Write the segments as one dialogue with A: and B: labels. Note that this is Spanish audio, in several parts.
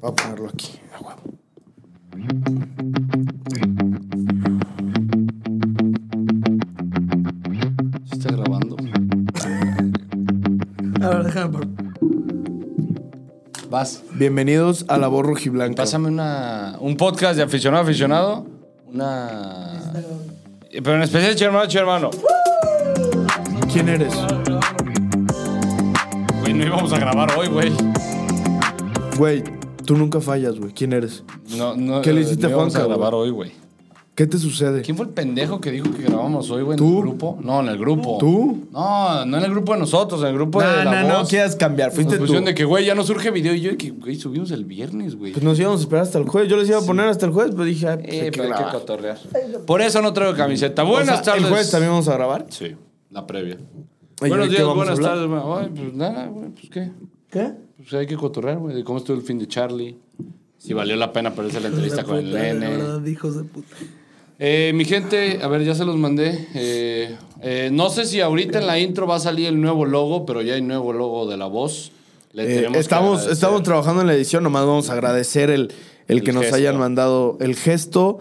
A: Voy a ponerlo aquí, a huevo.
B: Se está grabando.
C: A ver, déjame por-
B: Vas.
A: Bienvenidos a La Voz Rojiblanca.
B: Pásame una, un podcast de aficionado a aficionado. Una. Pero en especial, che hermano, che hermano.
A: ¿Quién eres?
B: Güey, no íbamos a grabar hoy, güey.
A: Güey, tú nunca fallas, güey. ¿Quién eres?
B: No, no,
A: ¿Qué le hiciste
B: no
A: a
B: íbamos
A: Juanca,
B: a grabar
A: güey?
B: hoy, güey.
A: ¿Qué te sucede?
B: ¿Quién fue el pendejo que dijo que grabamos hoy, güey? ¿En
A: ¿Tú?
B: el grupo? No, en el grupo.
A: ¿Tú?
B: No, no en el grupo de nosotros, en el grupo de
A: No,
B: la
A: no, no
B: voz.
A: quieras cambiar. Fuiste
B: En
A: tú.
B: función de que, güey, ya no surge video. Y yo, que, güey, subimos el viernes, güey.
A: Pues nos íbamos a esperar hasta el jueves. Yo les iba a poner hasta el jueves, pero dije, ay, pues hay
B: Eh,
A: que
B: pero hay que
A: grabar.
B: cotorrear. Por eso no traigo camiseta.
A: O sea,
B: Buenas tardes.
A: ¿El jueves también vamos a grabar?
B: Sí, la previa.
A: Oye,
B: Buenos
A: ¿de qué
B: días,
A: vamos a
B: buenas
A: hablar?
B: tardes. bueno, ay, pues nada, güey, pues qué.
A: ¿Qué?
B: Pues hay que cotorrear, güey, de cómo estuvo el fin de Charlie. Si valió la pena perderse la entrevista
C: La
B: con el
C: puta, la
B: nene.
C: verdad, hijos de puta.
B: Eh, mi gente, a ver, ya se los mandé. Eh, eh, no sé si ahorita en la intro va a salir el nuevo logo, pero ya hay nuevo logo de la voz. Le
A: Eh,
B: tenemos que
A: estamos,
B: agradecer.
A: estamos trabajando en la edición, nomás vamos a agradecer el, el
B: El
A: que nos
B: gesto.
A: hayan mandado el gesto.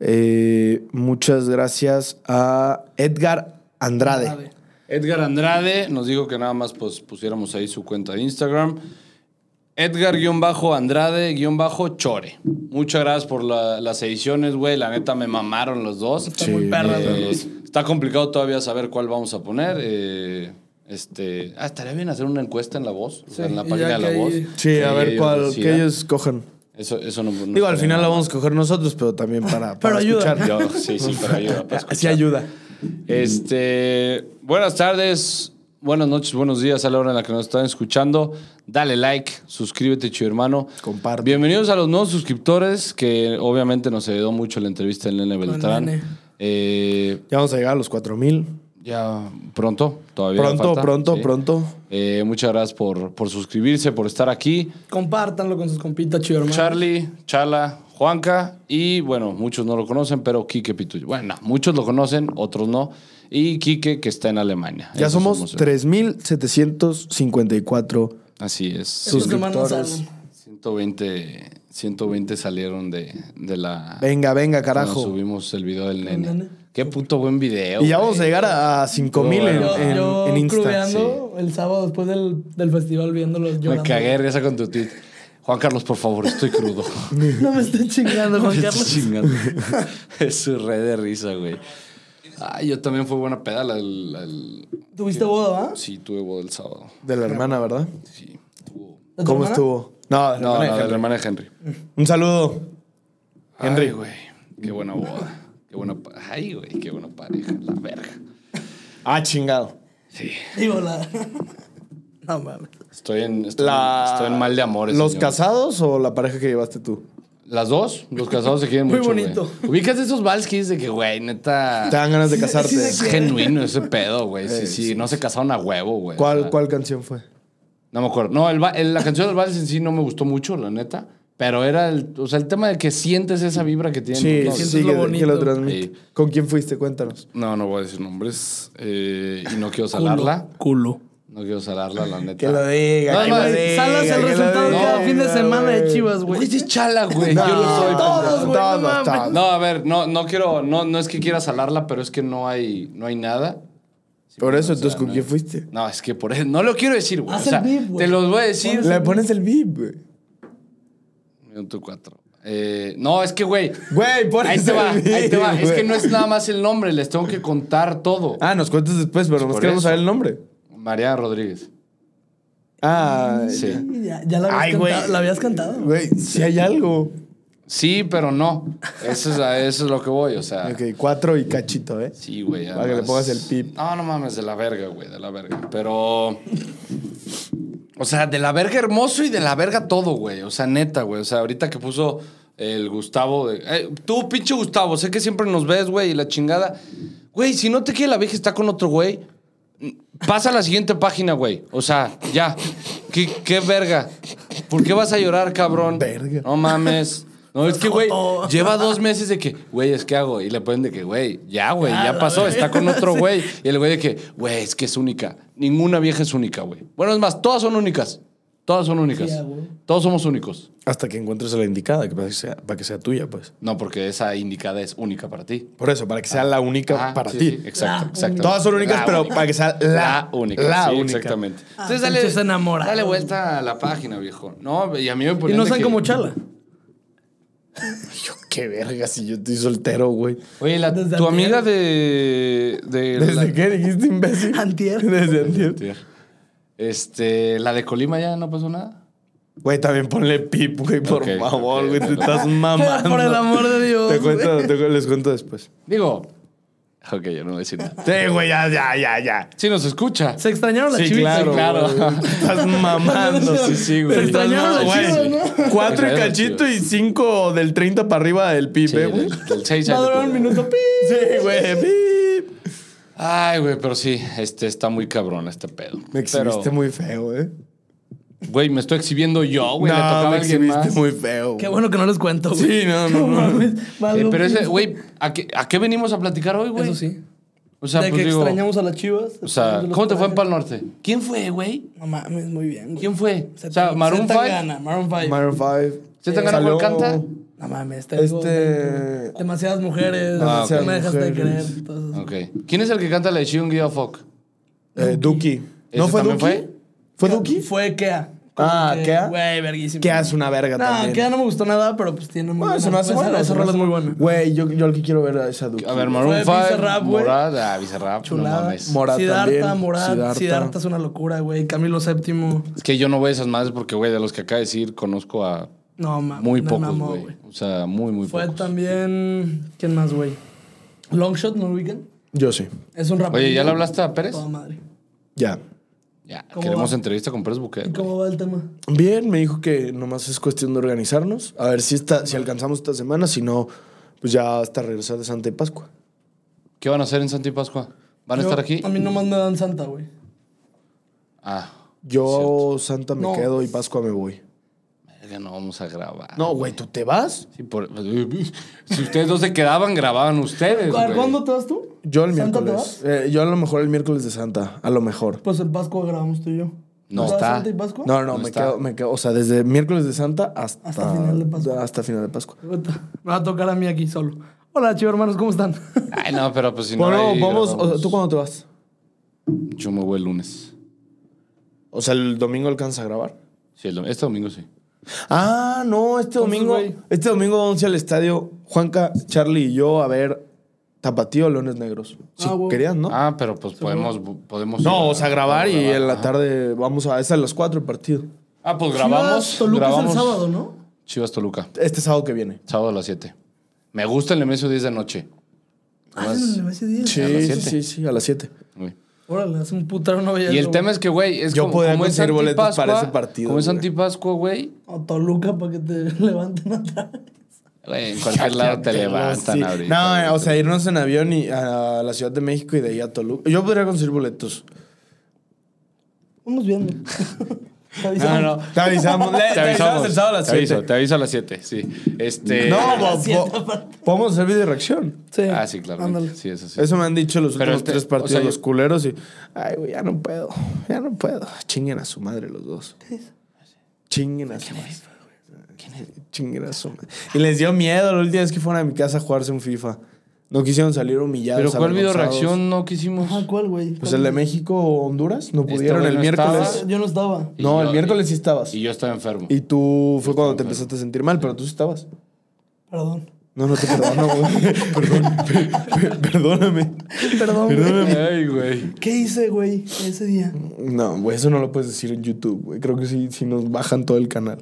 A: Eh, muchas gracias a Edgar Andrade.
C: A ver.
B: Edgar Andrade nos dijo que nada más pues, pusiéramos ahí su cuenta de Instagram. Edgar-Andrade-Chore. Muchas gracias por la- las ediciones, güey. La neta me mamaron los dos.
C: Está muy perra,
B: Eh,
C: güey.
B: está complicado todavía saber cuál vamos a poner. eh, este, ah, estaría bien hacer una encuesta en la voz, o sea,
C: Sí,
B: en la
C: y
B: página
C: ya
B: de la
C: que
B: voz.
C: ahí-
A: Sí, a
B: Que
A: ver
B: ellos
A: cuál
B: decidan.
A: que ellos cojan.
B: Eso, eso no, no
A: Digo, al
B: estaría
A: final la
B: mal.
A: vamos a coger nosotros, pero también para, para
C: ayuda.
A: escuchar.
B: Yo, sí, sí, pero ayuda. para pues,
A: Así
B: escuchar.
A: ayuda.
B: Este, buenas tardes, buenas noches, buenos días a la hora en la que nos están escuchando. Dale like, suscríbete, chido hermano.
A: Comparte.
B: Bienvenidos a los nuevos suscriptores, que obviamente nos ayudó mucho la entrevista del Nene
C: Nene.
B: Beltrán. Eh,
A: Ya vamos a llegar a los 4000.
B: ya pronto, todavía.
A: Pronto,
B: falta,
A: pronto,
B: sí.
A: pronto.
B: Eh, muchas gracias por, por suscribirse, por estar aquí.
C: Compártanlo con sus compitas, chido hermano.
B: Charlie, Chala, Juanca y bueno, muchos no lo conocen, pero Quique Pituyo. Bueno, muchos lo conocen, otros no. Y Quique que está en Alemania.
A: Ya
B: Esos
A: somos 3754.
B: Así es.
C: Esta semana
A: suscriptores.
C: salen.
B: 120, 120 salieron de, de la...
A: Venga, venga,
B: cuando
A: carajo.
B: Ah. subimos el video del
C: ¿El
B: nene.
C: nene?
B: Qué puto buen video.
A: Y ya
B: güey.
A: vamos a llegar a, a 5000 en,
C: Yo,
A: en,
C: yo
A: en Insta.
C: crudeando el sábado después del, del festival viéndolos llorando.
B: Me cagué, de risa con tu tweet. Juan Carlos, por favor, estoy crudo.
C: No me estés chingando, Juan
B: Estoy
C: Carlos.
B: chingando. es su red de risa, güey. Ay, yo también fue buena peda. la- la- la-
C: ¿Tuviste boda, va?
B: Sí, tuve boda el sábado.
A: De la hermana, ¿verdad?
B: Sí, tuvo.
C: ¿De tu
A: ¿Cómo
C: hermana?
A: estuvo? No, de la hermana
B: No, no,
A: de
B: de la
A: Henry.
B: hermana de Henry.
A: Un saludo. Henry.
B: Ay, güey. Qué buena boda. Qué buena. pa- Ay, güey, qué buena pareja. La verga.
A: Ah, chingado.
B: Sí.
C: Digo, la... No mames.
B: Estoy en, estoy,
A: La-
B: estoy en mal de amores.
A: ¿Los
B: señor.
A: casados o la pareja que llevaste tú?
B: Las dos, los casados se quieren
C: Muy
B: mucho. güey.
C: bonito.
B: Ubicas esos valskis de que, güey,
A: Te
B: neta.
A: dan ganas de
C: Sí, sí,
A: casarte.
B: Es genuino ese pedo, güey. Sí,
A: Eh,
B: sí,
A: sí,
B: no se casaron a huevo, güey. O
A: ¿Cuál,
B: sea,
A: ¿Cuál canción fue?
B: No me acuerdo. No, el va- el- la canción del vals en sí no me gustó mucho, la neta. Pero era el, o sea, el tema de que sientes esa vibra que tienen.
A: Sí,
B: los-
C: sientes
A: sí,
C: lo
A: que, que
C: bonito.
A: lo transmite.
B: Sí.
A: ¿Con quién fuiste? Cuéntanos.
B: No, no voy a decir nombres. eh, y no quiero salarla.
C: Culo.
B: No quiero salarla, la neta.
A: Ah. diga.
B: No, que no, lo diga,
C: Salas el resultado de
B: diga.
C: cada fin de semana de Chivas,
B: Güey,
C: güey.
B: es chala, güey. Yo lo soy.
C: Todos,
B: pendejo.
C: güey, no mames.
B: No, a ver, no, no quiero, no, no es que quiera salarla, pero es que no hay, no hay nada.
A: Por eso,
B: O sea,
A: entonces, ¿con
B: no.
A: quién fuiste?
B: No, es que por eso, no lo quiero decir, güey. O
C: Haz el
B: sea,
C: beep, güey.
B: te los voy a decir.
A: Le pones el beep, güey.
B: Minuto cuatro. Eh, no, es que, güey.
A: Güey, pones
B: Ahí te
A: el
B: va,
A: beep.
B: ahí te va. Es
A: güey.
B: que no es nada más el nombre, les tengo que contar todo.
A: Ah, nos cuentas después, pero nos
B: Pues por
A: queremos
B: eso.
A: saber el nombre.
B: Mariana Rodríguez.
A: Ah,
B: Sí.
C: Ya, ya la, habías
A: Ay, güey.
C: cantado, la habías cantado.
A: güey, si hay algo.
B: Sí, pero no. Eso es, a eso es lo que voy, o sea.
A: Ok, cuatro y cachito, ¿eh?
B: Sí, güey.
A: Para que le
B: además-
A: pongas el pip.
B: No, no mames, de la verga, güey, de la verga. Pero. O sea, de la verga hermoso y de la verga todo, güey. O sea, neta, güey. O sea, ahorita que puso el Gustavo. de- eh, tú, pinche Gustavo, sé que siempre nos ves, güey, y la chingada. Güey, si no te quiere la vieja y está con otro güey, pasa a la siguiente página, güey. O sea, ya. ¿Qué, qué verga? ¿Por qué vas a llorar, cabrón?
A: Verga.
B: No mames. No, es que, güey, lleva dos meses de que, güey, es que hago. Y le ponen de que, güey, ya, güey,
C: Ya,
B: ya
C: la
B: pasó,
C: verga.
B: está con otro
C: Ah, Sí.
B: güey. Y el güey de que, güey, es que es única. Ninguna vieja es única, güey. Bueno, es más, todas son únicas. Todas son únicas.
C: Sí, ah, güey.
B: Todos somos únicos.
A: Hasta que encuentres a la indicada, que para, que sea, para que sea tuya, pues.
B: No, porque esa indicada es única para ti.
A: Por eso, para que sea la única
B: Ah,
A: para
B: sí,
A: ti.
B: sí, exacto,
C: La
B: exacto.
A: Todas son únicas,
B: La
A: pero
B: única.
A: para que sea la,
B: única.
A: La
B: sí,
A: única.
B: Exactamente.
C: Ah, pinches enamorados.
B: dale vuelta a la página, viejo. No, y a mí me
C: Y
B: ponían
C: no
B: de
C: sean
B: que-
C: como Chala.
A: Yo, qué verga, si yo estoy soltero, güey.
B: Oye, la-
C: Desde
B: tu
C: antier.
B: amiga de... de la-
A: ¿Desde qué dijiste, imbécil?
C: Antier.
A: Desde antier.
B: Este, la de Colima ya no pasó nada.
A: Güey, también ponle pip, güey, por
B: Ok,
A: favor,
B: ok,
A: güey. Te
B: ok.
A: estás mamando.
C: Por el amor de Dios.
A: Te
C: güey.
A: cuento, te cu- les cuento después.
B: Digo... Ok, yo no voy a decir nada.
A: Sí, güey, ya, ya, ya, ya.
B: Sí nos escucha.
C: Se extrañaron las
A: Sí,
C: chivis.
A: claro.
B: sí, claro.
A: güey. Estás mamando.
B: Sí, sí, güey.
A: Te estás
C: Extrañaron las
A: mamando,
C: chivas,
A: güey. Cuatro y
B: Extrañaron las
A: cachito
B: chivas.
A: y cinco del 30 para arriba del pip,
B: Sí,
A: eh,
B: del,
A: güey.
B: del seis
C: Va a
B: al-
C: durar un minuto. pi.
A: Sí, güey, pip.
B: Ay, güey, pero sí, este está muy cabrón este pedo.
A: Me exhibiste
B: Pero,
A: muy feo, eh.
B: Güey, me estoy exhibiendo yo, güey. le tocaba
A: No,
B: a
A: me
B: alguien
A: exhibiste
B: más.
A: muy feo.
C: Qué
A: güey.
C: bueno que no les cuento, güey.
A: Sí, no, no, no.
C: mames,
B: Eh,
C: valgo
B: pero ese,
C: pito.
B: güey, ¿a qué, ¿a qué venimos a platicar hoy, güey?
C: Eso sí.
B: O sea,
C: de
B: pues
C: que
B: digo.
C: extrañamos a las chivas.
B: O sea,
C: extrañamos a
B: ¿cómo te
C: los
B: fue en
C: Tigres.
B: Pal Norte? ¿ Quién fue, güey?
C: No mames, muy bien, güey.
B: ¿Quién fue?
C: Se
B: o sea,
C: tan-
B: Maroon
C: se
B: 5.
C: Tangana, Maroon 5.
A: Maroon 5.
B: ¿Se te ganó
A: Salió-
B: por canta?
C: No mames, te digo,
A: Este.
C: demasiadas mujeres,
A: Ah,
B: ok.
C: no me dejas de
A: Mujeres.
C: creer. entonces-
B: Ok. ¿Quién es el que canta la de She Don't Give a Fuck?
A: eh, Duki.
B: ¿Ese
A: ¿No fue Duki?
B: también
A: ¿Fue, Duki?
C: Fue Kea.
A: Ah,
C: Como que,
A: Kea.
C: Güey, verguísimo.
A: Que hace una verga
C: No,
A: también.
C: Kea no me gustó nada, pero pues tiene muy
A: Bueno, se me hace
C: pues,
A: bueno.
C: Esa
A: se me
C: rola es
A: hace-
C: muy buena.
A: Güey, yo, yo el que quiero ver es a Duki.
B: A ver, Maroon
C: Fue
B: 5.
C: Bizarrap, güey.
B: Morat. Ah, Bizarrap. No
C: Chulada.
B: mames.
A: Morat
C: Siddhartha,
A: también.
C: Morat.
A: Siddhartha.
C: Siddhartha es una locura, güey. Camilo VII.
B: Es que yo no voy a esas madres porque, güey, de los que acaba de decir, conozco a
C: No, mames.
B: muy
C: Ah, me
B: pocos,
C: mamó,
B: güey. O sea, muy, muy
C: Fue
B: pocos.
C: también. ¿Quién más, güey? Longshot, ¿no lo ubican?
A: Yo sí.
C: Es un rapero.
B: Oye, ¿ya le hablaste a Pérez?
C: Toda madre.
A: Ya.
B: Ya,
C: ¿Cómo
B: queremos
C: va?
B: entrevista con Pérez Buquet.
C: ¿Y cómo va el tema?
A: Bien, me dijo que nomás es cuestión de organizarnos. A ver si, esta, si alcanzamos esta semana. Si no, pues ya hasta regresar de Santa y Pascua.
B: ¿Qué van a hacer en Santa y Pascua? ¿Van a
C: Yo-
B: estar aquí?
C: A mí nomás me dan Santa, güey.
B: Ah,
A: Yo, Santa, me
C: No.
A: quedo y Pascua me voy.
B: verga, no vamos a grabar.
A: No, güey, ¿tú te vas?
B: Sí, por- si ustedes no se quedaban, grababan ustedes.
C: A ver,
B: güey.
C: ¿cuándo te vas tú?
A: Yo el
C: ¿Santa te
A: miércoles. Eh, yo a lo mejor el miércoles de Santa. A lo mejor.
C: Pues el Pascua grabamos tú y yo.
B: No
C: ¿Te vas
B: está.
C: Santa y Pascua?
A: No, no,
B: ¿Dónde
A: me
B: está?
A: quedo, me quedo. O sea, desde miércoles de Santa hasta,
C: Hasta final de Pascua.
A: Hasta final de Pascua.
C: Puta, Me va a tocar a mí aquí solo. Hola, chivo hermanos, ¿cómo están?
B: Ay, no, pero pues si no.
A: Bueno,
B: ahí
A: vamos. O sea,
B: grabamos.
A: ¿Tú cuándo te vas?
B: Yo me voy el lunes.
A: O sea, el domingo alcanza a grabar.
B: Sí, el dom- este domingo sí.
A: Ah, no, este domingo.
C: güey.
A: Este domingo vamos a ir al estadio. Juanca, Charlie y yo a ver Tapatío Leones Negros. Si
C: Ah, güey.
A: querías, ¿no?
B: Ah, pero pues podemos. bu- podemos ir
A: no, o sea, grabar y en la
B: Ajá.
A: tarde vamos a. Es a las 4 el partido.
B: Ah, pues grabamos.
C: Chivas, Toluca
B: grabamos.
C: es el sábado, ¿no?
B: Chivas Toluca.
A: Este sábado que viene.
B: Sábado a las 7. Me gusta el Nemesio 10 de noche.
C: Ah,
B: Más-
C: es en el mes de diez.
A: Sí,
B: a las
A: sí,
B: siete.
A: sí, sí, a las 7.
B: Uy.
C: Órale, hace un putero no veía
B: Y el
C: eso,
B: tema es que, güey, es
A: Yo
B: como,
A: podría
B: como es
A: conseguir boletos
B: antipascua.
A: para ese partido,
B: Como es
A: güey.
B: antipascua, güey.
C: güey. O Toluca para que te levanten atrás.
B: Güey, en cualquier lado te levantan
A: Sí.
B: ahorita.
A: No,
B: güey.
A: eh, o sea, irnos en avión y a la Ciudad de México y de ahí a Toluca. Yo podría conseguir boletos.
C: Vamos viendo. Te avisamos.
B: Ah, No, no.
A: Te avisamos. Ah, Le-
B: Te avisamos.
A: el sábado a las Ah,
B: Te aviso,
A: 7.
B: te aviso a las 7, sí. Este.
A: No,
C: A las
A: po-
C: siete,
A: po-
C: aparte.
A: podemos hacer video reacción.
C: Sí.
B: Ah, sí, claro.
C: Ándale.
B: Sí, eso sí.
A: Eso me han dicho los
B: Pero
A: últimos
B: este,
A: tres partidos
B: o sea, yo-
A: los culeros y. Ay, güey, ya no puedo. Ya no puedo. Chinguen a su madre los dos. Chinguen a su madre. Chinguen a su madre. Y les dio miedo la última vez que fueron a mi casa a jugarse un FIFA. No quisieron salir humillados.
B: Pero ¿cuál video
A: avergonzados.
B: reacción no quisimos?
C: Ah, ¿cuál, güey? Ah,
A: Pues el de México o Honduras. No
B: Este
A: pudieron
B: güey
A: el
B: no
A: miércoles.
B: estaba.
C: Yo no estaba.
B: Y
A: No, el
B: yo-
A: miércoles
B: y-
A: sí estabas.
B: Y yo estaba enfermo.
A: Y tú fue cuando te empezaste a sentir mal, pero tú sí estabas.
C: Perdón.
A: No, no te perdono, güey. Perdón, pe- pe- perdóname.
C: Perdón, güey.
B: Ay, güey.
C: ¿Qué hice, güey, ese día?
A: No, güey, eso no lo puedes decir en YouTube, güey. Creo que sí, sí nos bajan todo el canal.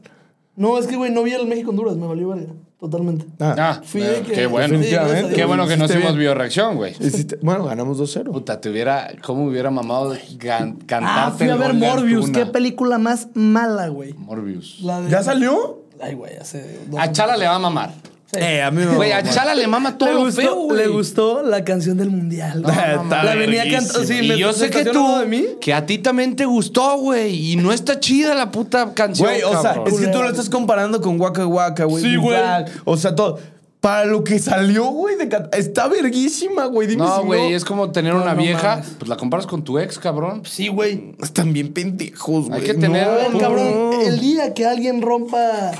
C: No, es que, güey, no vi el México-Honduras. Me valió verga. Totalmente.
A: Ah,
B: Ah,
C: Fui
B: eh,
C: de que-
B: qué bueno.
A: definitivamente.
B: Qué bueno que no
A: Hiciste
B: hicimos
A: bien.
B: bioreacción, güey.
A: hiciste- bueno, ganamos 2-0.
B: Puta, te hubiera. ¿Cómo hubiera mamado can-
C: Ah,
B: cantarte
C: fui a
B: el
C: ver
B: gol de
C: Morbius.
B: Antuna?
C: Qué película más mala, güey.
B: Morbius.
C: La de...
A: ¿Ya salió?
C: Ay, güey, hace dos
B: A Chala le va a mamar.
C: Sí.
A: Eh, a mí me
B: Güey, a Chala le mama todo
C: le,
B: lo
C: gustó,
B: feo, güey.
C: le gustó la canción del mundial.
A: Está
C: la venía
A: verguísima.
C: cantando. Sí,
B: y
C: me-
B: yo
C: se
B: sé que
C: estacionó
B: tú,
C: al lado de mí.
B: que a ti también te gustó, güey. Y no está chida la puta canción.
A: Güey, o sea,
B: cabrón.
A: es que tú lo estás comparando con Waka Waka, güey.
B: Sí, güey.
A: Igual. O sea, todo. Para lo que salió, güey, de Cat- está verguísima, güey. Dime
B: No,
A: si
B: güey, es como tener
C: No,
B: una
C: no
B: vieja.
C: mames.
B: Pues la comparas con tu ex, cabrón.
C: Sí, güey.
A: Están bien pendejos, güey.
B: que tener-
A: No,
B: A ver,
A: no,
C: Cabrón,
A: no.
C: el día que alguien rompa.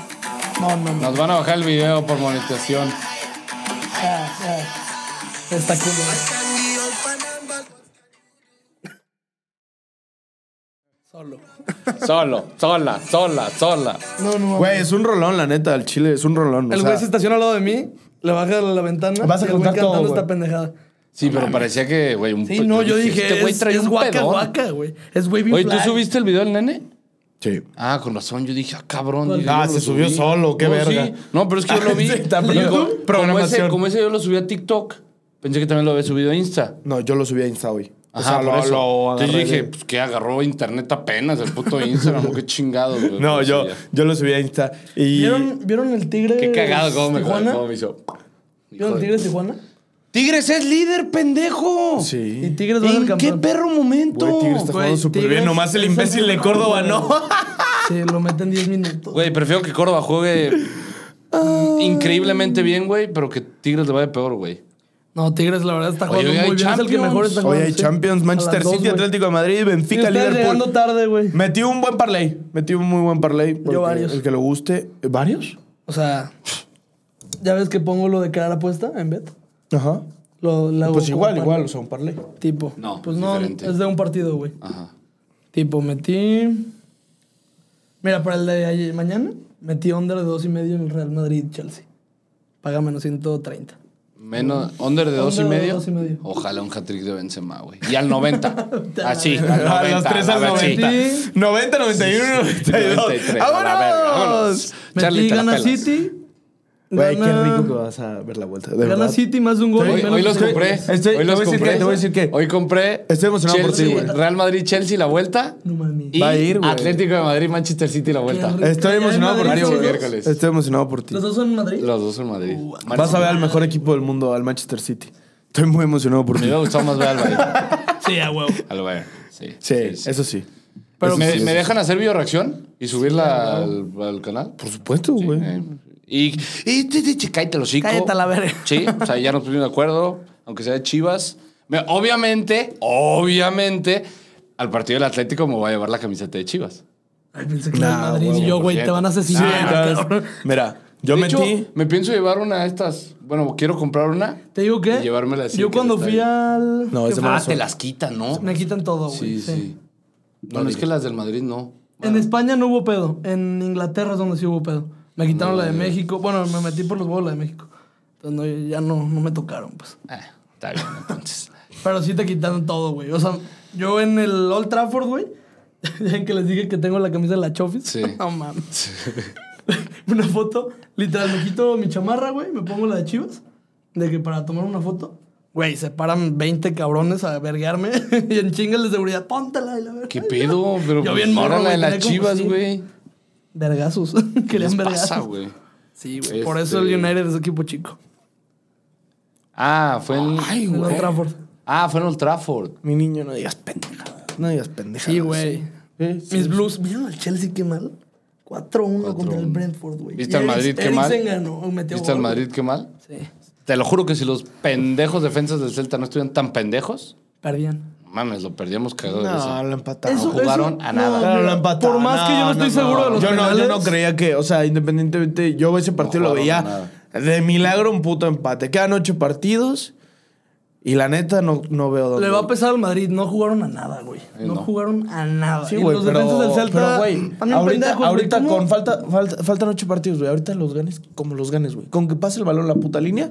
C: No, no, no.
B: Nos van a bajar el video por monetización.
C: Ya, ya. Ah, eh. Está cool, güey. Solo.
B: Solo, sola, sola, sola.
C: No, no. mames.
A: Güey, es un rolón, la neta, el chile, es un rolón. o
C: El
A: sea,
C: güey se estaciona al lado de mí, le baja la ventana.
A: Vas a
C: y el güey
A: contar todo,
C: cantando
A: güey.
C: esta pendejada.
B: Sí, pero parecía que, güey, un
C: Sí,
B: pe-
C: no, yo dije,
B: este güey
C: es,
B: trae
C: es
B: un
C: guaca,
B: pedón.
C: guaca, güey. Es wavy
B: Oye, ¿tú
C: flag.
B: subiste el video del nene?
A: Sí.
B: Ah, con razón, yo dije, ah, cabrón.
C: Ah,
B: dije, yo
A: se subió solo, qué
B: No,
A: verga.
B: Oh, No, pero es que yo lo vi.
A: Sí, está,
B: Digo,
A: pero-
B: como, ese,
A: programación.
B: como ese yo lo subí a TikTok, pensé que también lo había subido a Insta.
A: No, yo lo subí a Insta hoy. O
B: Ajá,
A: sea,
B: por
A: lo-
B: eso.
A: lo
B: Entonces yo
A: agarré
B: dije,
A: de-
B: pues que agarró internet apenas el puto Instagram, o qué chingado. güey.
A: No,
B: Pero sí,
A: yo,
B: ya.
A: yo lo subí a Insta. Y.
C: ¿Vieron, ¿Vieron el tigre
B: Qué cagado cómo me,
C: Tijuana?
B: cómo me hizo.
C: ¿Vieron el tigre de Tijuana?
B: Tigres es líder, pendejo.
C: Y
A: Sí.
C: Tigres va a ser
B: ¿En qué
C: campeón.
B: perro momento?
A: Güey, Tigres está
C: Güey,
A: jugando súper
C: Tigres
A: bien. Nomás el
C: es
A: imbécil
C: el
A: de Córdoba,
C: mejor,
A: ¿no?
C: Sí, lo meten 10 minutos.
B: Güey, prefiero que Córdoba juegue
C: Ah.
B: increíblemente bien, güey, pero que Tigres le vaya peor, güey.
C: No, Tigres, la verdad, está
B: Oye,
C: jugando
B: hoy hay
C: muy bien. Es el que
B: Champions.
C: mejor está jugando.
A: Hoy hay
C: sí.
A: Champions,
C: A
A: Manchester
C: las dos,
A: City,
C: güey.
A: Atlético de Madrid,
C: Sí,
A: Benfica,
C: ustedes llegando
A: Liverpool.
C: tarde, güey.
A: Metí un buen parlay. Metí un muy buen parlay. porque
C: varios.
A: El que lo guste. ¿Varios?
C: O sea, ya ves que pongo lo de crear apuesta en bet.
A: Ajá.
C: Lo, lo hago
A: Pues
C: como
A: igual,
C: par-
A: igual, o sea, un parlay.
C: Tipo.
B: No,
C: Pues
B: es
C: no,
B: diferente.
C: es de un partido, güey.
B: Ajá.
C: Tipo, metí. Mira, para el de ayer- mañana, metí under de dos y medio en el Real Madrid-Chelsea. Paga menos 130.
B: Menos, under de dos y
C: Under de
B: medio.
C: dos y medio.
B: Ojalá un hat-trick de Benzema, güey. Y al 90. Así, al 90.
A: A las 3
B: a
A: al
B: la
A: 90.
B: verga.
A: 90, 91, 92.
B: 93, a la verga,
A: ¡Vámonos!
B: vámonos.
C: Metí
B: Charlie, te la
C: gana
B: pelas.
C: City.
A: Güey, qué
C: gana-
A: rico que vas a ver la vuelta. De
C: Gana
A: verdad.
C: City más de un gol.
A: Hoy-
B: Hoy,
C: menos
B: hoy los
C: de-
B: compré.
A: Estoy-
B: hoy
A: te voy
B: los
A: a decir
B: compré.
A: que- te voy a decir que-
B: Hoy compré.
A: Estoy emocionado por ti,
B: Chelsea,
A: güey.
B: Real Madrid, Chelsea la vuelta.
C: No mames.
B: Y
A: Va a ir, güey.
B: Atlético de Madrid, Manchester City la vuelta.
C: Qué
A: Estoy emocionado por ti.
C: Mario
A: güey.
B: miércoles.
A: Estoy emocionado por ti.
C: ¿Los dos son en Madrid?
B: Los dos en Madrid.
A: Uh, Vas a ver al mejor equipo del mundo, al Manchester City. Estoy muy emocionado por
B: Me
A: ti.
B: hubiera gustado más ver al Bayern.
C: Sí, a huevo.
B: Al Bayern, sí. Pues
A: Sí, eso sí.
B: Pero
A: Eso
B: ¿me,
A: sí,
B: me
A: eso
B: dejan hacer bioreacción y subirla al, al canal?
A: Por supuesto, güey.
B: Eh, Y, y, y, y cállate los hocico.
C: Cállate a la verga.
B: Sí, o sea, ya nos pusimos de acuerdo, aunque sea de Chivas. Me- obviamente, obviamente, al partido del Atlético me voy a llevar la camiseta de Chivas.
C: Ay, pensé que era en
A: Nah,
C: Madrid.
A: huevo,
C: y yo, güey, te van a asesinar.
A: Entonces,
C: cabrón.
A: mira, yo
B: de
A: metí.
B: hecho, me pienso llevar una de estas. Bueno, quiero comprar una.
C: Te digo que.
B: Y llevármela así
C: Yo
B: que
C: cuando
B: está
C: fui
B: bien.
C: al.
A: No,
C: ¿qué
A: es de
C: fue?
B: Ah,
A: Amazon.
B: te las quitan, ¿no?
C: Me quitan todo, güey.
B: Sí, sí. No, es que las del Madrid no.
C: En España no hubo pedo. En Inglaterra es donde sí hubo pedo. Me quitaron la de México. Bueno, me metí por los huevos la de México. Entonces no, ya no, no me tocaron, pues.
B: Ah, está bien, entonces.
C: Pero sí te quitaron todo, güey. O sea, yo en el Old Trafford, güey. ya ven que les dije que tengo la camisa de la Chofis.
B: Sí.
C: No mames. una foto. Literal, me quito mi chamarra, güey. Me pongo la de Chivas. De que para tomar una foto. Güey, se paran 20 cabrones a verguearme. y en chingas de seguridad, póntala y la verga.
B: ¿Qué pedo? Pero
C: Yo
B: pues,
C: bien morro,
B: era la de
C: güey,
B: las
C: tenía como
B: Chivas,
C: sí.
B: güey.
C: Vergazos.
B: ¿Qué les
C: Querían vergazos.
B: pasa, güey?
C: Sí, güey. Por
B: Este-
C: eso el United es equipo chico.
B: Ah, fue en...
C: En Old Trafford.
B: Ah, fue en Old Trafford.
A: Mi niño, no digas pendejadas. No digas pendejadas.
C: Sí, güey.
A: Sí,
B: Eh,
A: sí.
C: Mis Blues. ¿Vieron al Chelsea qué mal? 4-1 contra el Brentford, güey.
B: ¿Viste al
C: Y Eriks-
B: Madrid qué mal?
C: Eriksen ganó, metió
B: ¿Viste al
C: gol.
B: Madrid qué mal?
C: Sí.
B: Te lo juro que si los pendejos defensas del Celta no estuvieran tan pendejos,
C: Perdían.
B: mames, lo perdíamos cagado de
A: No,
B: risa.
A: lo empataron.
B: Eso- jugaron a nada.
A: Claro, lo empataron.
C: Por más que yo no estoy seguro de los
A: yo no, yo no
C: penales,
A: creía que, o sea, independientemente, yo ese partido lo
B: jugaron a
A: veía
B: nada.
A: de milagro un puto empate. Quedan ocho partidos y la neta no, no veo dónde.
C: Le va a pesar al Madrid. No jugaron a nada, güey. No,
B: no.
C: jugaron a nada.
A: Sí,
C: Y
A: güey,
C: los
A: pero,
C: defensas del Celta.
A: pero, güey,
C: también
A: ahorita,
C: pendejos, güey,
A: ahorita
C: ¿cómo?
A: con falta, falta- faltan ocho partidos, güey. Ahorita los ganes como los ganes, güey. Con que pase el balón la puta línea,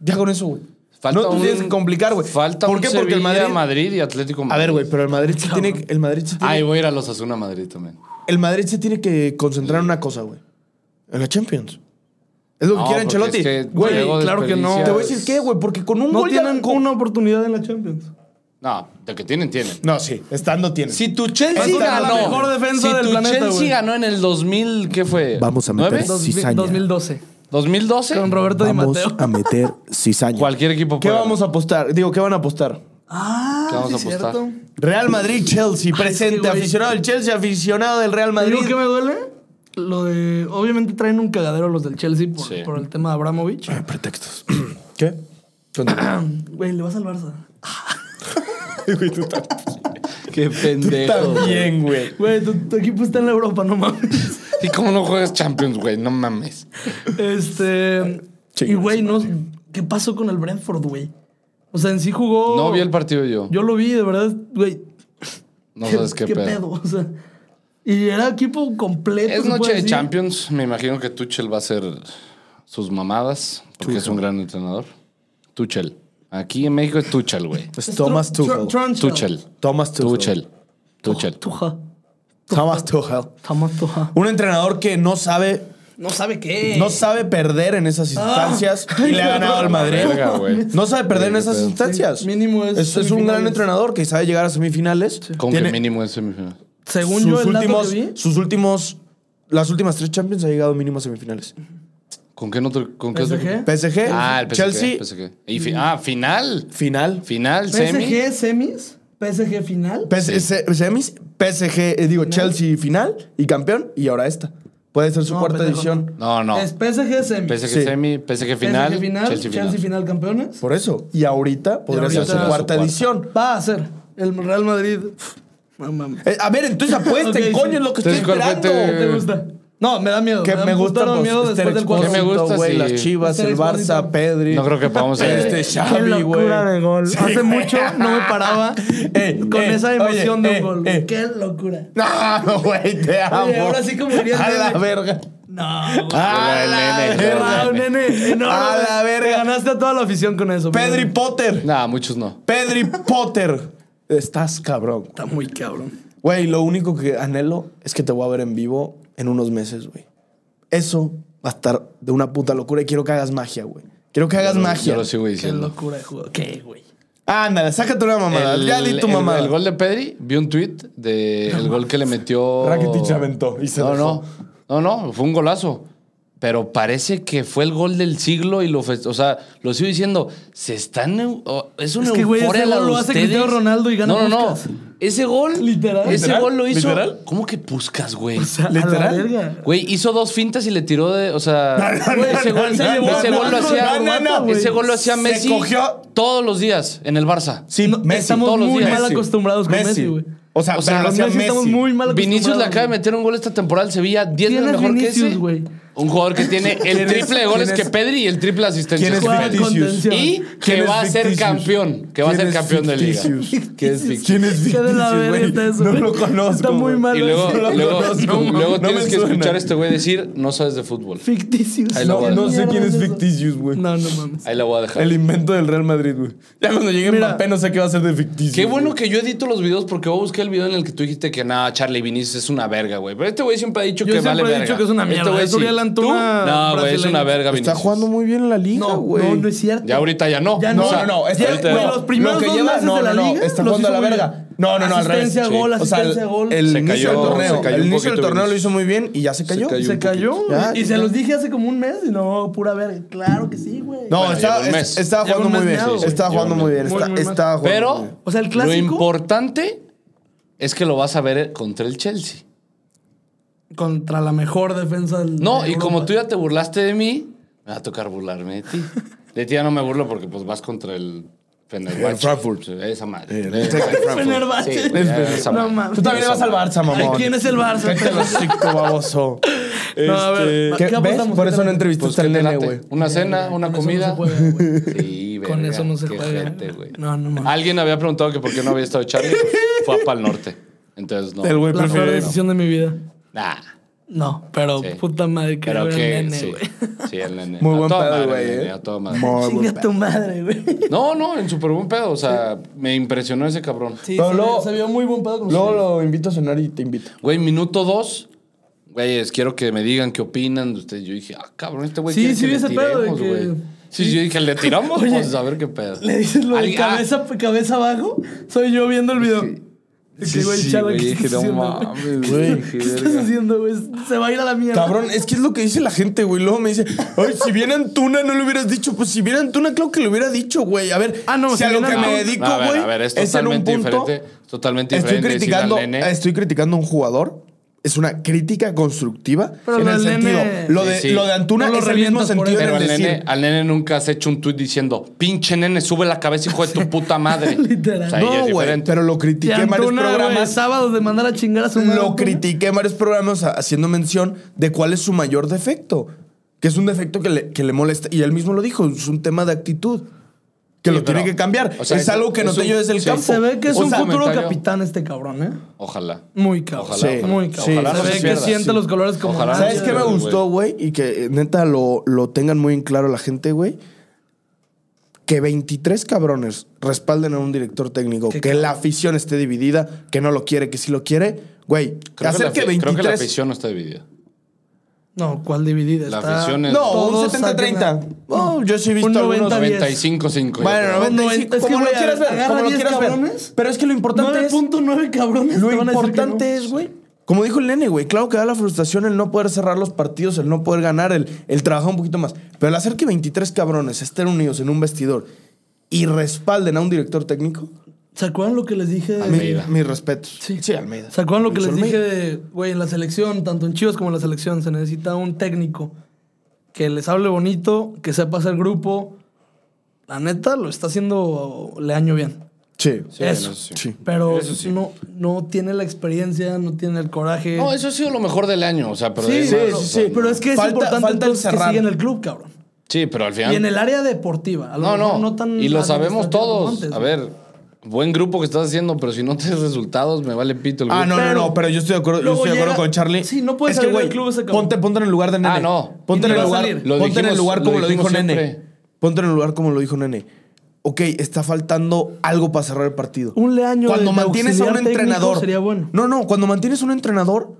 A: ya con eso, güey.
B: Falta
A: no te
B: un-
A: tienes que complicar, güey.
B: Falta
A: ¿Por
B: un
A: qué? Porque el
B: Sevilla,
A: Madrid,
B: Madrid y Atlético
A: A
B: Madrid.
A: ver, güey, pero el Madrid se tiene que- el Madrid se tiene
B: Ay, voy a ir a los Asuna Madrid también.
A: el Madrid se tiene que concentrar en una cosa, güey. En la Champions. Es lo que
B: No,
A: quiere
B: porque
A: Ancelotti.
B: es que
A: güey,
B: luego de
A: claro que no.
B: experiencias-
A: Te voy a decir qué, güey, porque con un
C: No
A: gol ya-
C: tienen
A: con-
C: una oportunidad en la Champions.
B: No, de que tienen, tienen.
A: No, sí, estando tiene.
B: Si tu Chelsea
C: Vas contra la
B: ganó.
C: mejor defensa
B: si
C: del
B: tu
C: planeta,
B: Chelsea
C: güey.
B: ganó en el 2000, ¿qué fue?
A: Vamos a meter
B: ¿Nueve?
A: dos-
C: Dos-
A: Cizaña.
C: 2012.
B: 2012.
C: Con Roberto Di Matteo.
A: a meter cizaña.
B: Cualquier equipo
A: ¿Qué
B: puede
A: vamos a apostar? Digo, ¿qué van a apostar?
C: Ah,
B: ¿Qué vamos
C: sí,
B: a apostar?
C: cierto.
A: Real Madrid Chelsea presente,
C: güey.
A: aficionado del Chelsea, aficionado del Real
C: ¿Te
A: Madrid.
C: digo qué me duele? lo de. Obviamente traen un cagadero los del Chelsea por,
B: Sí.
C: por el tema de Abramovich.
A: Ay, pretextos. ¿Qué? Continúa.
C: Ah. Güey, le vas al Barça.
A: Güey, tú tam-
B: Qué
A: tú
B: pendejo.
A: también, güey.
C: Güey, tu, tu equipo está en la Europa, no mames.
B: ¿Y cómo no juegas Champions, güey? No mames.
C: Este.
A: Chingas,
C: y güey, no. ¿Qué pasó con el Brentford, güey? O sea, en sí jugó.
B: No vi el partido yo.
C: Yo lo vi, de verdad, güey.
B: No sabes qué, pedo.
C: O sea, y era equipo completo.
B: Es
C: se
B: noche
C: puede
B: de
C: decir.
B: Champions. Me imagino que Tuchel va a hacer sus mamadas porque es un gran entrenador. Tuchel. Aquí en México es Tuchel, güey.
A: Es
C: Es
A: Pues Thomas
C: Tr-
A: Tuchel.
C: Tr- Trunchel.
B: Tuchel.
A: Thomas Tuchel.
B: Tuchel. Tuchel.
C: Tuja.
A: Thomas Tuchel.
C: Thomas Tuja.
A: Un entrenador que no sabe,
C: No sabe qué.
A: no sabe perder en esas
C: Ah.
A: instancias y le ha ganado al Madrid.
B: Verga, güey.
A: No sabe perder en
B: qué
A: esas
B: pedo.
A: instancias.
C: Sí, mínimo es
A: es, es un gran
C: semifinales.
A: entrenador que sabe llegar a semifinales.
B: Con que
A: Tiene
B: mínimo es semifinal.
C: Según
A: sus
C: yo, el
A: últimos,
C: dato que vi,
A: sus últimos, las últimas tres Champions ha llegado mínimo a semifinales.
B: ¿Con qué no te- con qué otro
C: PSG.
B: equipo?
A: PSG,
B: Ah, el PSG.
A: Chelsea,
B: PSG. Y fi- ah, final.
A: final.
B: Final, semi.
C: PSG semis, PSG final.
A: PS- se- semis, PSG, eh, digo Chelsea final y campeón y ahora esta. Puede ser su
C: No,
A: cuarta
C: pendejo,
A: edición.
B: No, no.
C: Es PSG semis.
B: PSG
A: Sí.
B: semi, PSG final,
C: PSG final, Chelsea, final campeones.
A: Por eso. Y ahorita podría
C: ahorita
A: ser su
C: será su
A: cuarta
B: cuarta.
A: edición.
C: Va a ser el Real Madrid. Pff, No mames.
A: Eh, a ver, entonces apuesten,
C: Ok, sí.
A: coño, es lo que estoy
B: Entonces, ¿cuál fue
A: esperando.
B: tu-
C: ¿Te gusta? No, me da miedo.
A: Que
C: da
A: me
C: un
A: gusta
C: putero de
A: pues,
C: miedo
A: Esther
C: después del cuarto.
B: Que me
A: Expósito,
B: gusta,
A: güey,
B: sí.
A: las Chivas,
C: Esther
A: el Barça,
C: Expósito.
A: Pedri.
B: No creo que podamos
A: este
C: Qué
A: Xavi, güey.
C: locura de gol. Hace mucho no me paraba
A: Eh,
C: con
A: eh,
C: esa emoción
A: oye,
C: de
A: eh,
C: un gol.
A: eh.
C: Qué locura.
A: No, güey, te amo.
C: ahora sí como diría el
A: A
C: meme.
A: la verga.
C: No, güey.
A: A la
B: nene,
A: verga.
C: Wow, nene, enorme.
A: Ah, A la
C: Te
A: verga.
C: ganaste a toda la afición con eso.
A: Pedri
C: pero-
A: Potter.
B: Nah, muchos no.
A: Pedri Potter. Estás cabrón.
C: Está muy cabrón.
A: Güey, lo único que anhelo es que te voy a ver en vivo en unos meses, güey. Eso va a estar de una puta locura y quiero que hagas magia, güey. Quiero que hagas
B: Yo lo-
A: magia.
B: Yo lo sigo
C: Qué
B: diciendo.
C: locura de juego. ¿Qué, güey?
A: Ándale, sácate una mamada. ya di tu
B: el-
A: mamada.
B: El, gol de Pedri, vi un tweet de el gol que le metió.
A: Rakitic se aventó y se
B: no,
A: dejó.
B: no, no, no, fue un golazo. Pero parece que fue el gol del siglo y lo fest- o sea, lo sigo diciendo, se están eu- oh, es una
C: Es que, güey,
B: euforia
C: ese
B: la
C: gol
B: de
C: lo hace
B: ustedes.
C: Cristiano Ronaldo y gana
B: No, no, no.
C: Puskás.
B: Ese gol,
C: Literal.
B: ese
A: ¿Literal?
B: gol lo hizo
A: ¿Literal?
B: ¿Cómo que puscas, güey?
A: Literal.
C: A la verga.
B: Güey, hizo dos fintas y le tiró de. O sea. güey, ese gol,
C: no, no,
B: ese
C: no,
B: gol lo
C: no,
B: hacía.
C: no, no, no,
B: ese gol lo hacía
A: Se
B: Messi
A: cogió-
B: todos los días en el Barça.
A: Sí,
C: No,
A: Messi,
C: estamos
A: todos los
B: muy
A: días.
B: mal
C: acostumbrados con Messi, güey.
A: O sea,
B: O sea,
A: pero lo
B: con
A: hacía
C: Messi estamos
A: Messi.
C: muy mal
B: Vinicius le acaba de
C: acostumbrados,
B: meter un gol esta temporada al Sevilla. 10 veces
C: ¿Quién es
B: mejor que
C: Vinicius,
B: ese.
C: güey?
B: Un jugador que tiene el
A: ¿Quién es-
B: triple de goles
A: quién
B: que
A: es-
B: Pedri y el triple de asistencias.
A: ¿Quién es
B: que Pedri.
C: Vinicius?
A: Fictitious?
C: Contención.
B: Y que
A: ¿Quién
B: va a
A: es
B: ser
A: fictitious?
B: campeón. Que va a
A: ¿Quién
B: ser
A: es
B: campeón de liga.
A: fictitious?
B: Que es ficticio.
A: ¿Quién es
C: Qué de la verga
A: Vinicius,
C: está
A: güey?
C: eso,
A: No
C: güey.
A: lo conozco.
C: Está muy
A: güey.
C: mal.
B: Y luego,
A: No lo
B: luego,
A: conozco,
B: luego
A: no me
B: tienes que
A: suena.
B: escuchar a este güey decir, no sabes de fútbol.
C: Ficticios.
B: Ahí lo
A: No,
B: voy a
A: no sé
B: dejar.
A: quién es
C: Mierda, eso.
A: fictitious, güey.
C: No, no mames.
B: Ahí la voy a dejar.
A: El invento del Real Madrid, güey. Ya cuando llegue
C: Mira.
A: Mbappé no sé qué va a ser de ficticio.
B: Qué bueno que yo edito los videos porque voy a buscar el video en el que tú dijiste que nada, Charlie Vinicius es una verga, güey. Pero este güey siempre ha dicho
C: Yo
B: que
C: siempre
B: vale
C: he
B: verga.
C: dicho que es una mierda.
B: Este güey
C: Es Uriel Antuna
B: ¿Tú? No, güey, es
C: brasileño.
B: una verga, Vinicius.
A: Está jugando muy bien en la liga,
C: No,
A: güey.
C: no, no es cierto.
B: Ya ahorita ya no.
C: Ya
A: No,
C: O
A: no,
C: sea,
A: no. Este,
C: ya-
B: ahorita-
C: güey,
A: no,
C: los primeros
A: lo que
C: dos
A: lleva-
C: meses
A: no,
C: de la
A: no, no,
C: liga
A: Está
C: los
A: jugando a la
C: hizo muy
A: verga.
C: bien.
A: No, no, no, al revés.
C: Asistencia, gol,
A: O sea, el-
C: asistencia, gol.
A: El inicio
B: Se
A: del
B: cayó,
A: torneo.
B: se cayó
A: El
B: un
A: inicio del
B: poquito,
A: torneo lo
B: Vinicius.
A: hizo muy bien y ya se cayó.
B: cayó.
C: Se cayó.
A: Ya,
C: y
A: ya.
C: se los dije hace como un mes y no, pura verga. Claro que sí, güey.
A: No,
B: Bueno,
A: estaba,
B: lleva un mes.
A: estaba
C: Lleva
A: jugando
C: un
A: muy
C: mes
A: bien.
C: meado, güey.
A: Estaba jugando muy bien.
C: Muy,
A: está-
C: muy mal.
A: Estaba jugando muy bien.
B: Pero
C: O sea, el clásico-
B: lo importante es que lo vas a ver contra el Chelsea.
C: Contra la mejor defensa del
B: No,
C: de
B: y
C: Europa.
B: como tú ya te burlaste de mí, me va a tocar burlarme de ti. De ti ya no me burlo porque pues vas contra el Fenerbahce.
A: El Frankfurt.
B: Esa madre.
A: El-
B: El
C: Fenerbahce.
B: Sí, ya, esa
C: No
B: madre.
C: mames.
A: Tú también le vas al Barça,
C: Ay,
A: mamón.
C: ¿Quién es el Barça?
A: Cállate los hocico, baboso.
C: No, a ver,
A: ¿Qué,
C: Este, ¿qué
A: ¿Ves?
C: apostamos?
A: Por
C: ¿Qué
A: eso no
C: tal?
B: Pues,
A: entrevistaste
B: ¿qué
A: al
B: te
A: nene,
B: late?
A: güey.
B: Una cena, una
C: Con eso no
B: comida.
C: se juega, güey.
B: Sí,
C: Con
B: verga,
C: eso no se
B: qué
C: juega.
B: ojete, güey.
C: No, no mames.
B: Alguien había preguntado que por qué no había estado Charlie. pues, Fue a Pal Norte. Entonces no.
A: El güey
C: La peor
A: prefiere.
C: decisión de mi vida.
B: Nah.
C: No, pero
B: Sí.
C: Oh, puta madre que
B: Pero
C: ver al
B: que
C: nene,
B: sí.
C: güey.
B: Sí, el nene.
A: Muy
B: A
A: buen
B: toda
A: pedo,
B: madre,
A: güey,
B: el nene,
A: ¿eh?
B: A toda madre.
A: Muy buen
C: Chinga
A: pedo.
C: tu madre, güey.
B: No, no, en súper buen pedo. O sea, me impresionó ese cabrón.
C: Sí,
A: Pero
C: se,
A: luego-
C: vio, se vio muy buen pedo con
A: Luego
C: ustedes.
A: lo invito a cenar y te invito.
B: Güey, minuto dos. Güeyes, quiero que me digan qué opinan de ustedes. Yo dije, ah, cabrón, este güey
C: Sí,
B: quiere
C: sí
B: que
C: vi
B: le
C: ese pedo de
B: tiremos,
C: que-
B: güey. Sí, yo dije, le tiramos,
C: Oye,
B: pues a ver qué pedo.
C: Le dices lo de
B: Alguien- ah,
C: cabeza, cabeza abajo. Soy yo viendo el video. Y
B: Sí,
C: que, güey,
B: sí,
C: Chalo,
B: güey,
C: ¿qué
B: dije,
C: estás
B: no
C: haciendo,
B: mames,
C: güey?
B: güey,
C: ¿Qué
B: qué
C: estás
B: verga.
C: haciendo, güey? Se va a ir a la mierda.
A: Cabrón, es que es lo que dice la gente, güey. Luego me dice, ay, si viene Antuna no lo hubieras dicho. Pues si viene Antuna, claro que lo hubiera dicho, güey. A ver,
C: Ah, no,
A: si
C: si
A: a lo
C: viene
A: que
B: no,
A: me
C: Antuna-
A: dedico,
B: no, a ver,
A: güey,
B: a ver, es
A: en un
B: totalmente
A: punto-
B: diferente. es Totalmente
A: Estoy
B: diferente. decirle al
C: este
A: criticando,
B: nene.
A: estoy criticando a un jugador es una crítica constructiva.
C: Pero
A: en
C: lo
A: el
C: del
A: sentido.
C: nene-
A: Lo, de,
B: Sí, sí.
A: lo de Antuna
C: No lo
A: es el mismo
C: revientas por
A: sentido
C: eso.
A: en
B: Pero
A: el
B: al
A: decir.
B: nene, al nene nunca has hecho un tuit diciendo, pinche nene, sube la cabeza, hijo de tu puta madre.
C: Literal.
B: O sea, ahí
A: no,
B: es
A: güey.
B: diferente.
A: Pero lo
C: Y
A: critiqué en varios
C: Antuna, güey,
A: programas.
C: sábados de mandar a chingar a su madre.
A: Lo
C: Antuna.
A: critiqué en varios programas ha- haciendo mención de cuál es su mayor defecto. Que es un defecto que le, que le molesta. Y él mismo lo dijo, es un tema de actitud. Que
B: Sí,
A: lo tiene
B: pero-
A: que cambiar.
B: o sea,
A: es algo que
B: es
A: no te
B: un-
A: desde el
B: sí.
A: campo.
C: Se ve que es
A: O
C: un
A: sea,
C: futuro
B: comentario-
C: capitán este cabrón, ¿eh?
B: Ojalá.
C: Muy cabrón.
B: Ojalá,
A: Sí.
C: Muy
A: Sí,
C: cabrón.
A: ojalá
C: se
A: no
C: ve
A: se
C: que
A: pierda,
C: siente
A: sí.
C: los colores como
B: Ojalá
C: nadie,
B: no se
A: ¿Sabes qué me
B: güey.
A: gustó, güey? Y que neta lo, lo tengan muy en claro la gente, güey. Que 23 cabrones respalden a un director técnico,
C: Qué
A: que la afición esté dividida, que no lo quiere, que sí lo quiere. Güey,
B: Creo que,
A: hacer
B: la,
A: que,
B: afi- creo
A: 23...
B: que la afición no está dividida.
C: No, ¿cuál dividida?
B: La
C: Está-
B: afición es-
A: No, un
C: Todos
A: 70-30.
C: saquen la-
A: Oh, yo sí he
C: Un
A: visto algunos...
C: 90-10.
B: 95-5. yo
A: Bueno,
B: creo.
C: no,
A: 95,
C: Es que,
A: como lo
C: güey,
A: quieras ver,
C: agarra
A: como lo
C: 10
A: quieras
C: cabrones,
A: ver. Pero es que lo importante es...
C: 9.9 cabrones.
A: Lo
C: te van a decir que no.
A: importante es, güey. Como dijo el nene, güey, claro que da la frustración el no poder cerrar los partidos, el no poder ganar, el, el trabajar un poquito más. Pero el hacer que 23 cabrones estén unidos en un vestidor y respalden a un director técnico,
C: ¿Se acuerdan lo que les dije? de-
A: mi-
B: Almeida.
A: mis respetos.
C: Sí.
A: Almeida.
C: ¿Se acuerdan lo que
A: Luis
C: les dije
A: Almeida.
C: de, güey, en la selección, tanto en Chivas como en la selección, se necesita un técnico que les hable bonito, que sepa hacer grupo? La neta, lo está haciendo Leaño bien.
A: Sí.
B: Sí,
C: Eso.
B: no, sí.
A: Sí.
C: Pero
B: Eso sí.
C: no, no tiene la experiencia, no tiene el coraje.
B: No, eso ha sido lo mejor del año. O sea, pero de ahí
C: sí,
B: más,
A: sí,
C: pero-
B: o sea,
A: sí.
C: Pero es que es
A: Falta-
C: importante
A: falta el
C: entonces, que
A: cerrar.
C: siga en el club, cabrón.
B: sí, pero al final.
C: Y en el área deportiva. A lo
B: No,
C: mejor
B: no.
C: tan
B: y lo sabemos
C: administrativo como
B: todos.
C: antes,
B: a
C: güey.
B: ver, buen grupo que estás haciendo, pero si no tienes resultados, me vale pito el grupo.
A: Ah, no, no,
C: Pero-
A: no, pero yo estoy de acuerdo, yo
C: Luego
A: estoy de acuerdo
C: llega-
A: con Charlie.
C: Sí, no puede
A: es que,
C: salir del
A: güey,
C: club ese cabrón.
A: ponte, ponte en el lugar de Nene.
B: Ah, no.
A: Ponte
C: Y
A: en el
C: no va a
A: lugar,
C: salir.
B: Lo
A: ponte en
B: dijimos-
A: el lugar
B: lo
A: como lo, dijo
B: dijimos
A: Nene.
B: siempre.
A: Ponte en el lugar como lo dijo Nene. Ok, está faltando algo para cerrar el partido.
C: Un Leaño
A: cuando
C: de- de
A: mantienes a un
C: auxiliar técnico
A: entrenador.
C: sería bueno.
A: No, no, cuando mantienes a un entrenador,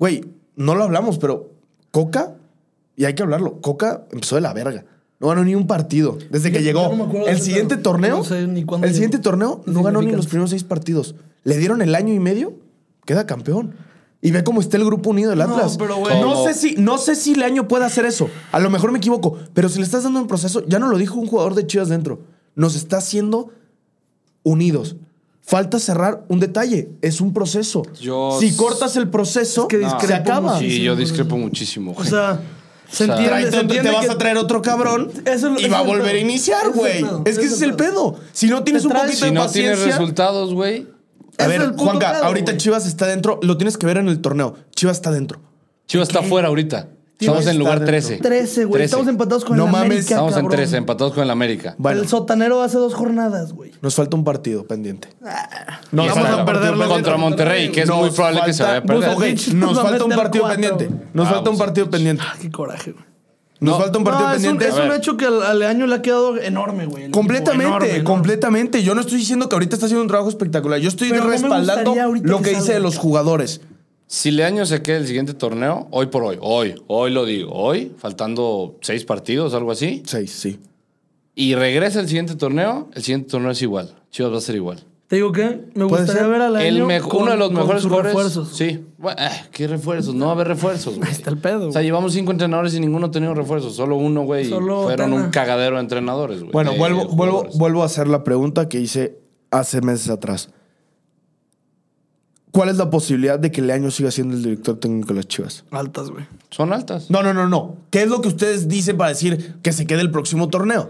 A: güey, no lo hablamos, pero Coca, y hay que hablarlo, Coca empezó de la verga. No ganó ni un partido desde que
C: Yo-
A: llegó.
C: yo no me acuerdo de
A: el
C: ese
A: siguiente
C: pedo.
A: torneo,
C: No sé ni cuándo
A: el siguiente
C: llegó.
A: torneo no ganó ni los
C: Insignificante.
A: primeros seis partidos. Le dieron el año y medio, queda campeón. Y ve cómo está el grupo unido del
C: No,
A: Atlas.
C: pero, güey.
A: no
B: ¿Cómo?
A: sé si no sé si Leaño puede hacer eso. A lo mejor me equivoco, pero si le estás dando un proceso, ya no lo dijo un jugador de Chivas dentro. Nos está haciendo unidos. Falta cerrar un detalle, es un proceso.
B: Yo
A: si
B: s-
A: cortas el proceso,
C: Es que
A: se
C: discrepo
A: acaba.
C: muchísimo.
B: Ah, Sí, yo discrepo muchísimo.
C: O
B: güey.
C: sea, se
B: O sea,
A: Trae-
C: entiende,
A: te,
C: se
A: te
C: entiende
A: vas
C: que-
A: a traer otro cabrón
C: Eso es-
A: y
C: eso
A: va a
C: es el
A: volver a
C: pedo.
A: iniciar,
C: Ese es el
A: güey.
C: pedo,
A: Es que ese es el pedo. Si no tienes un
C: traes-
A: poquito
B: si
A: de
B: no tienes
A: paciencia,
B: resultados, güey.
A: a
C: Ese
A: ver,
C: es el puto
A: Juanca,
C: pedo,
A: ahorita
C: güey.
A: Chivas está dentro. Lo tienes que ver en el torneo. Chivas está dentro.
B: Chivas está fuera ahorita.
A: Chivas
B: Estamos en
A: está
B: lugar
A: dentro.
B: 13.
C: 13, güey.
B: 13.
C: Estamos empatados con
A: No
C: el
A: mames,
C: América,
B: Estamos en
C: cabrón.
B: 13, empatados con el América.
A: Bueno,
C: El sotanero hace dos jornadas, güey.
A: nos falta un partido pendiente.
C: Ah.
A: No,
B: Y
A: nos
B: está
A: falta un
B: contra-
A: partido pendiente.
B: contra Monterrey, que es
A: Nos
B: muy probable que se
A: falta-
B: vaya a perder.
A: Ok,
C: Bucetich nos
A: nos
C: va a
A: falta un
C: meter
A: partido
C: cuatro.
A: pendiente. Nos
B: Ah,
A: falta un partido pendiente.
C: Ah, qué coraje, güey.
A: Nos
B: No.
A: falta un partido
C: No, es un,
A: pendiente.
C: es un
B: A ver.
C: hecho que al, al año le ha quedado enorme, güey. el
A: Completamente,
C: equipo, enorme, enorme.
A: completamente. Yo no estoy diciendo que ahorita está haciendo un trabajo espectacular. Yo estoy
C: Pero no me
A: respaldando
C: gustaría ahorita
A: lo
C: que
A: que dice
C: salga.
A: de los jugadores.
B: Si Leaño se queda el siguiente torneo, hoy por hoy, hoy, hoy lo digo, hoy, faltando seis partidos, algo así,
A: Seis, sí.
B: y regresa el siguiente torneo, el siguiente torneo es igual. Chivas va a ser igual.
C: Te digo que me
A: Puede
C: gustaría
A: ser.
C: ver al año.
B: El me-
C: con-
B: uno de los
C: con
B: mejores
C: sus
B: jugadores.
C: refuerzos.
B: Sí. Bueno, ah, ¿Qué refuerzos? No va a haber refuerzos, güey.
C: está el pedo,
B: O sea,
C: güey.
B: llevamos cinco entrenadores y ninguno ha tenido refuerzos. Solo uno, güey. y
C: Solo
B: Fueron
C: Tena.
B: un cagadero de entrenadores, güey.
A: Bueno,
B: de
A: vuelvo, vuelvo,
B: jugadores.
A: vuelvo a hacer la pregunta que hice hace meses atrás. ¿Cuál es la posibilidad de que Leaño siga siendo el director técnico de las Chivas?
C: Altas, güey.
B: Son altas.
A: No, no, no, no. ¿Qué es lo que ustedes dicen para decir que se quede el próximo torneo?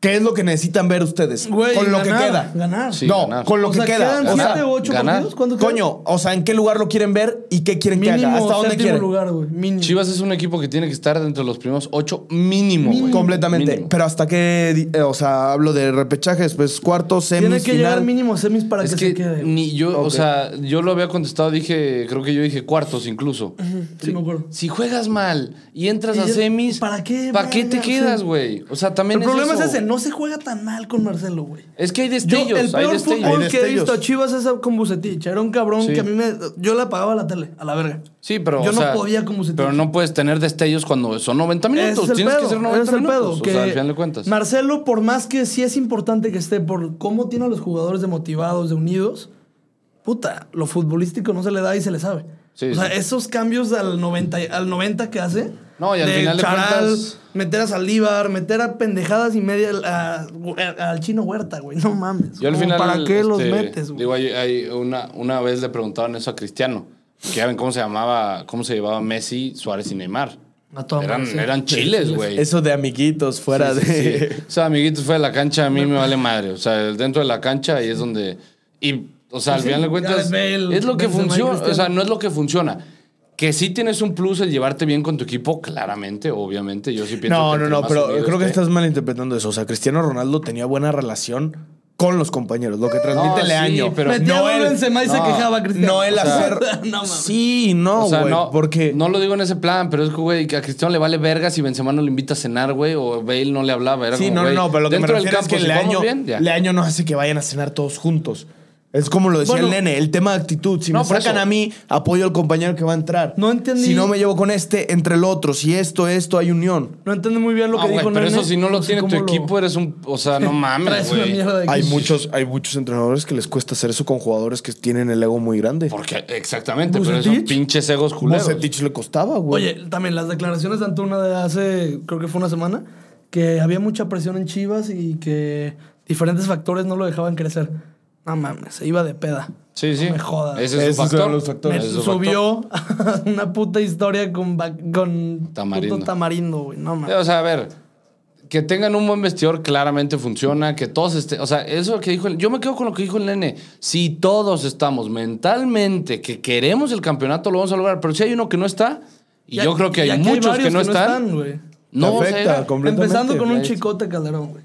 A: ¿Qué es lo que necesitan ver ustedes?
C: Güey,
A: con lo que
C: ganar,
A: queda.
C: ganar.
B: Sí,
A: no,
B: ganar.
A: con lo
C: O
A: que
C: sea,
A: queda.
C: ¿Quedan
A: O sea,
C: siete u ocho
B: ganar.
C: partidos? ¿Cuánto queda?
A: coño, o sea, ¿en qué lugar lo quieren ver y qué quieren que haga?
C: mínimo
A: ¿Hasta dónde
C: séptimo
A: quieren?
C: lugar, güey. Mínimo.
B: Chivas es un equipo que tiene que estar entre los primeros ocho mínimo, güey.
A: Completamente.
B: Mínimo.
A: Pero hasta que, di- eh, o sea, hablo de repechaje, después cuarto, semis,
C: Tiene que llegar
A: final.
C: mínimo a semis para
B: Es
C: que,
B: que,
C: se quede. güey.
B: ni yo, o
A: Ok.
B: sea, yo lo había contestado, dije, creo que yo dije cuartos incluso.
C: Sí, me acuerdo.
B: Si juegas mal y entras
C: Y
B: a
C: ya-
B: semis,
C: ¿para qué,
B: ¿Para qué te
C: verga?
B: quedas,
C: Sí.
B: güey? O sea,
C: El
B: también es
C: problema es
B: eso.
C: ese, no se juega tan mal con Marcelo, güey.
B: Es que hay
C: Yo,
B: destellos,
C: el
B: hay
C: peor
B: destellos.
C: fútbol
A: Hay
C: que he
A: destellos.
C: visto a Chivas es con Bucetich. Era un cabrón
B: Sí.
C: que a mí me. Yo le apagaba la tele, a la verga.
B: Sí, pero
C: Yo
B: o
C: no
B: sea,
C: podía con Bucetich.
B: Pero no puedes tener destellos cuando son 90
C: Ese
B: minutos.
C: es el
B: Tienes
C: pedo,
B: que ser
C: ese
B: 90
C: es el
B: minutos.
C: pedo,
B: o
C: que
B: sea, al final de cuentas.
C: Marcelo, por más que sí es importante que esté por cómo tiene a los jugadores de motivados, de unidos, puta, lo futbolístico no se le da y se le sabe.
B: Sí,
C: o sea,
B: sí.
C: esos cambios al 90, y- al 90 que hace.
B: No, y al
C: de
B: final de
C: Charal,
B: cuentas-
C: meter a Saldívar, meter a pendejadas y media al- a- a- al chino Huerta, güey. No mames.
B: Yo al
C: Como,
B: final.
C: ¿Para qué los
B: este,
C: metes, güey?
B: Digo, hay, hay una, una vez le preguntaron eso a Cristiano. Que ya ven cómo se llamaba, cómo se llevaba Messi, Suárez y Neymar.
C: A toda
B: Eran,
C: madre, sí.
B: eran chiles, güey.
A: Eso de amiguitos fuera
B: Sí, sí,
A: de.
B: sí. O sea, amiguitos, fuera de la cancha a mí me vale madre. O sea, dentro de la cancha ahí es donde. Y, o sea, al
C: Sí,
B: final de
C: ya
B: cuentas,
C: ve el
B: es lo que
C: Benzema y
B: funciona.
C: Cristiano.
B: O sea, no es lo que funciona. Que sí tienes un plus el llevarte bien con tu equipo, claramente, obviamente. Yo sí pienso
A: No,
B: que
A: no,
B: entre
A: no,
B: más
A: pero
B: unidos
A: creo que
B: esté-
A: estás malinterpretando eso. O sea, Cristiano Ronaldo tenía buena relación con los compañeros, lo que transmite
B: sí,
A: Leaño.
B: pero-
C: Metía
A: no
C: gol
A: él-
C: Benzema y se
B: no,
C: quejaba Cristiano.
A: No el
C: O sea,
A: hacer.
C: no mames.
A: sí, no,
B: O
A: güey.
B: sea, no,
A: porque.
B: no lo digo en ese plan, pero es que, güey, que a Cristiano le vale verga si Benzema no le invita a cenar, güey, o Bale no le hablaba. Era
A: sí,
B: como,
A: no, no,
B: güey,
A: no, pero lo que me
B: dentro del
A: refiero es que
B: campo, si vamos
A: Leaño,
B: bien, ya.
A: Leaño no hace que vayan a cenar todos juntos. Es como lo decía
C: Bueno.
A: el nene, el tema de actitud. Si me
B: No, por
A: sacan
B: eso.
A: a mí, apoyo al compañero que va a entrar.
C: No entendí.
A: Si no me llevo con este, entre el otro. Si esto, esto, hay unión.
C: No entiendo muy bien lo
B: Ah,
C: que
B: güey,
C: dijo
B: pero
C: Nene.
B: eso si no lo
C: sé
B: tiene tu
C: cómo lo-
B: equipo, eres un. O sea, no mames,
C: Traes una
B: güey.
C: mierda de
A: Hay
C: equipo.
A: muchos, hay muchos entrenadores que les cuesta hacer eso con jugadores que tienen el ego muy grande.
B: Porque, exactamente, pero
C: ¿Bucetich?
B: son pinches egos culeros.
A: Bucetich le costaba, güey.
C: Oye, también las declaraciones de Antuna de hace, creo que fue una semana, que había mucha presión en Chivas y que diferentes factores no lo dejaban crecer. No mames, se iba de peda.
B: Sí, sí.
C: No me jodas.
B: Ese es
A: Esos
B: un factor.
A: son los factores.
C: Me
B: Ese es un
C: subió una puta historia con, va- con
B: Tamarindo.
C: puto tamarindo, güey. No
B: factor.
C: mames.
B: O sea, a ver, que tengan un buen vestidor claramente funciona, que todos estén... O sea, eso que dijo... el- yo me quedo con lo que dijo el nene. Si todos estamos mentalmente que queremos el campeonato, lo vamos a lograr. Pero si hay uno que no está, y
C: Ya-
B: yo creo que
C: y
B: hay
C: aquí
B: muchos
C: varios
B: que no están,
C: güey.
A: Te
B: no
A: afecta
B: se da.
A: completamente.
C: Empezando con un
B: Ya es-
C: chicote Calderón, güey.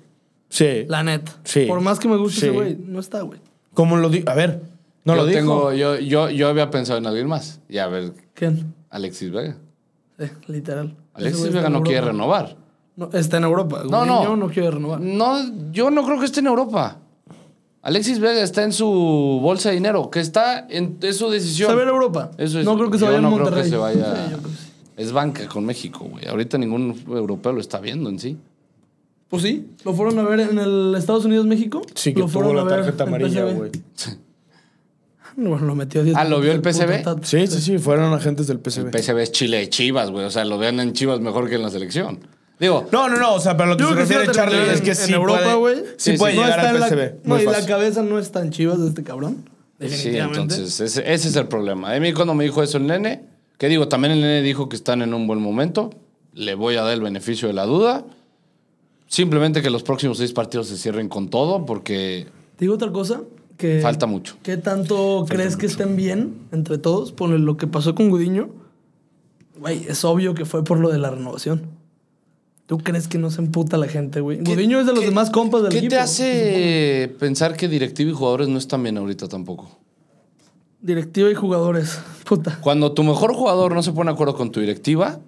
A: Sí.
C: La neta.
A: Sí.
C: Por más que me guste
A: Sí.
C: ese güey, no está, güey.
A: Como lo digo. A ver, no
B: yo
A: lo
B: tengo-
A: dijo.
B: yo, yo, yo había pensado en alguien más. Y a ver,
C: ¿Quién?
B: Alexis Vega.
C: Sí, eh, literal. Ese
B: Alexis
C: güey
B: Vega
C: está en
B: no quiere
C: Europa.
B: renovar.
C: No, está en Europa.
B: No, no.
C: Yo no quiero renovar.
B: No, yo no creo que esté en Europa. Alexis Vega está en su bolsa de dinero, que está en es su decisión.
C: Se va a ir a Europa.
B: Eso es.
C: No creo que se
B: Yo
C: vaya
B: no
C: a
B: creo que
C: Monterrey.
B: se vaya-
C: Sí, yo creo que sí.
B: Es banca con México, güey. Ahorita ningún europeo lo está viendo en sí.
C: Pues sí, lo fueron a ver en el Estados Unidos, México.
A: Sí, que
C: Lo
A: tuvo
C: fueron a
A: la
C: ver
A: tarjeta
C: en
A: amarilla,
C: PSV.
A: güey.
C: Bueno, lo metió 10
B: Ah, ¿lo vio el
C: puntos
B: PSV?
C: Tata.
A: Sí, sí, sí, fueron agentes del
B: El
A: PSV.
B: PSV es Chile de Chivas, güey. O sea, lo vean en Chivas mejor que en la selección. Digo,
A: No, no, no, o sea, pero lo que
C: Yo
A: se
C: creo que sí
A: refiere
C: va a
A: Charlie
C: terminar
A: es que
C: en-
A: sí
C: en Europa, güey.
A: puede, sí
B: Sí,
A: puede
B: sí.
C: No
A: llegar
C: está
A: al
C: en la-
A: PSV.
C: No,
A: muy
C: y la
A: fácil.
C: cabeza no está en chivas de este cabrón.
B: sí,
C: Definitivamente.
B: entonces ese, ese es el problema. A mí cuando me dijo eso el nene, que digo, también el nene dijo que están en un buen momento. Le voy a dar el beneficio de la duda. Simplemente que los próximos seis partidos se cierren con todo, porque
C: Te digo otra cosa. Que,
B: Falta mucho.
C: ¿Qué tanto crees que estén bien entre todos? Ponle lo que pasó con Gudiño. Güey, es obvio que fue por lo de la renovación. ¿Tú crees que no se emputa la gente, güey? Gudiño Pues es de los
B: qué-
C: demás compas del
B: ¿Qué
C: equipo.
B: te hace pensar que directivo y jugadores no están bien ahorita tampoco?
C: Directiva y jugadores. Puta.
B: Cuando tu mejor jugador no se pone de acuerdo con tu directiva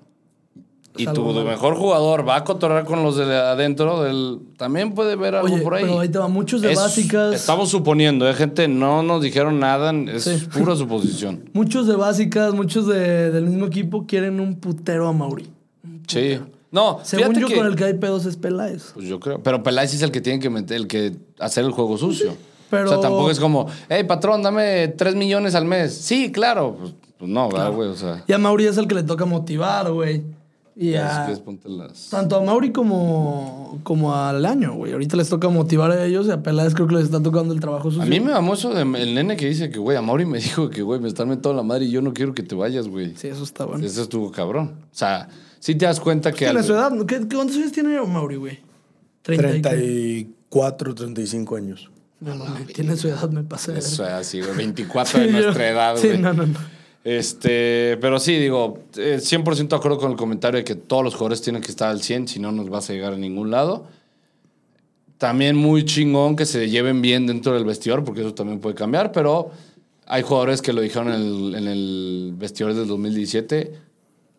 B: y
C: Es
B: tu
C: algo malo.
B: mejor jugador va a cotorrar con los de adentro, del, también puede ver algo
C: Oye,
B: por ahí.
C: pero ahí te va muchos de
B: Es-
C: básicas.
B: Estamos suponiendo, ¿eh, gente? No nos dijeron nada, es
C: Sí.
B: pura suposición.
C: Muchos de básicas, muchos de- del mismo equipo quieren un putero a Mauri.
B: Sí. No,
C: Según
B: fíjate
C: yo,
B: que-
C: con el que hay pedos es Peláez.
B: Pues yo creo. Pero Peláez es el que tiene que meter, el que hacer el juego sucio.
C: Pues pero-
B: O sea, tampoco es como, hey, patrón, dame 3 millones al mes. Sí, claro. Pues, pues no, ¿verdad, güey? O sea,
C: Y a Mauri es el que le toca motivar, güey. Y
B: si
C: a,
B: quieres ponte las-
C: tanto a Mauri como, como al año, güey. Ahorita les toca motivar a ellos y a Peláez creo que les está tocando el trabajo sucio.
B: A mí me mamó eso del nene que dice que, güey, a Mauri me dijo que, güey, me están metiendo la madre y yo no quiero que te vayas, güey.
C: Sí, eso está bueno.
B: Eso estuvo cabrón. O sea, sí te das cuenta que...
C: Pues Tiene
B: al-
C: su edad. ¿no? ¿Qué, ¿Cuántos años tiene Mauri, güey? Treinta y-
A: 34, 35 años.
C: No, mames, tiene su edad, me pasé. de
B: Eso
C: verga.
B: es así, güey. 24 de
C: Sí, yo-
B: nuestra edad,
C: Sí,
B: güey.
C: no, no, no.
B: Este, pero sí, digo, eh, 100% de acuerdo con el comentario de que todos los jugadores tienen que estar al 100, si no nos vas a llegar a ningún lado. También muy chingón que se lleven bien dentro del vestidor, porque eso también puede cambiar, pero hay jugadores que lo dijeron en el, en el vestidor del 2017,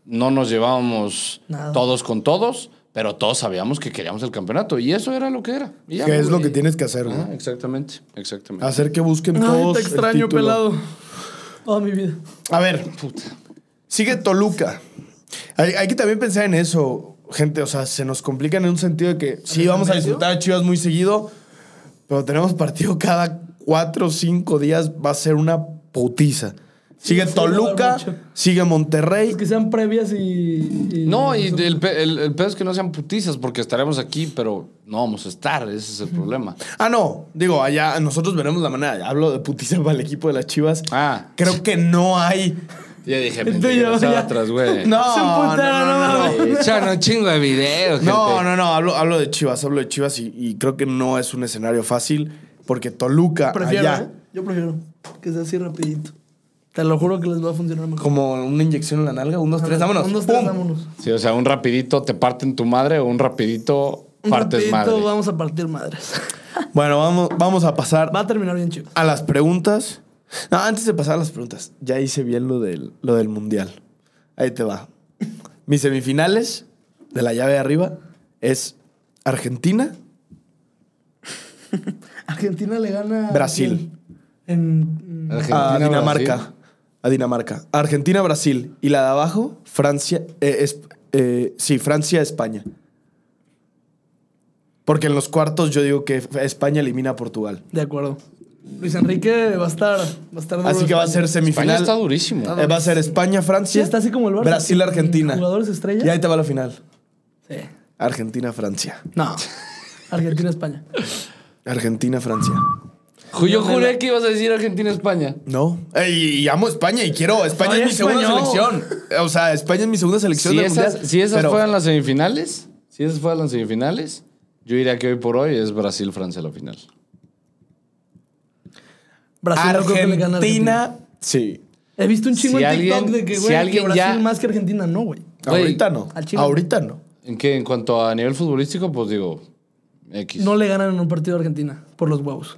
B: no nos llevábamos
C: Nada.
B: todos con todos, pero todos sabíamos que queríamos el campeonato, y eso era lo que era. Y ya,
A: Que es lo
B: güey.
A: que tienes que hacer,
B: Ah,
A: ¿no?
B: exactamente, exactamente.
A: Hacer que busquen
C: Ah. Ay,
A: todos.
C: te
A: el
C: extraño,
A: título.
C: pelado. Toda mi vida.
A: A ver, sigue Toluca. Hay, hay que también pensar en eso, gente. O sea, se nos complican en un sentido de que sí, vamos a
C: medio?
A: disfrutar a Chivas muy seguido, pero tenemos partido cada cuatro o cinco días. Va a ser una putiza. Sigue
C: sí, va a
A: Toluca,
C: dar mucho.
A: sigue Monterrey.
C: Es que sean previas y. y-
B: No, y el, pe- el, el pedo es que no sean putizas porque estaremos aquí, pero no vamos a estar. Ese es el problema.
A: Ah, no, digo, allá nosotros veremos la manera. Hablo de putiza para el equipo de las Chivas.
B: Ah.
A: Creo que no hay.
B: Ya dije,
C: Tú
B: mentira,
C: ya-
B: los
C: ya.
B: otros, güey.
A: No,
C: Se
A: no,
C: emputaron, no
A: no, no,
C: mames.
A: no.
B: Echan un chingo de videos,
A: No, no, no, hablo, hablo de Chivas, hablo de Chivas y, y creo que no es un escenario fácil porque Toluca
C: Prefiero,
A: allá,
C: ¿eh? Yo prefiero que sea así rapidito. Te lo juro que les va a funcionar mejor.
A: como una inyección en la nalga, un, dos, tres, vámonos.
C: Un, dos, tres,
A: ¡pum!
C: vámonos.
B: Sí, o sea, un rapidito te parten tu madre o un rapidito
C: Un
B: partes
C: rapidito,
B: madre.
C: vamos a partir madres.
A: Bueno, vamos, vamos a pasar
C: Va a terminar bien chido.
A: a las preguntas. No, antes de pasar a las preguntas, ya hice bien lo del, lo del mundial. Ahí te va. Mis semifinales de la llave de arriba es Argentina,
C: Argentina le gana. a
A: Brasil.
C: quién? En. mm, en-
A: a Ah,
B: Argentina,
A: Dinamarca.
B: Brasil.
A: A Dinamarca. Argentina, Brasil. Y la de abajo, Francia. eh, es- eh, sí, Francia, España. Porque en los cuartos yo digo que F- España elimina a Portugal.
C: De acuerdo. Luis Enrique va a estar. Va a estar duro
A: Así que va a
C: España.
A: ser
B: España
A: semifinal.
B: está durísimo.
A: Eh, va a ser España,
C: Sí,
A: Francia.
C: está así como el Barça.
A: Brasil,
C: sin
A: Argentina.
C: Jugadores estrellas.
A: Y ahí te va la final.
C: Sí.
A: Argentina, Francia.
C: No. Argentina, España.
A: Argentina, Francia.
B: Yo juré que ibas a decir Argentina-España.
A: No. Eh, Y, y amo España y quiero. España
C: Soy
A: es mi segunda
C: español.
A: selección. Eh, O sea, España es mi segunda selección
B: Si
A: del
B: esas,
A: mundial,
B: si esas
A: pero-
B: fueran las semifinales, si esas fueran las semifinales, yo diría que hoy por hoy es Brasil-Francia la final.
C: Brasil no creo que le gana a Argentina.
A: Argentina. Sí.
C: He visto un chingo
B: Si
C: en TikTok
B: alguien-
C: de que,
B: si
C: güey, que
B: alguien
C: Brasil
B: ya-
C: más que Argentina. No, güey.
B: Güey,
A: Ahorita no.
C: al Chile.
A: Ahorita no.
B: ¿En qué? En cuanto a nivel futbolístico, pues digo, X.
C: No le ganan en un partido a Argentina por los huevos.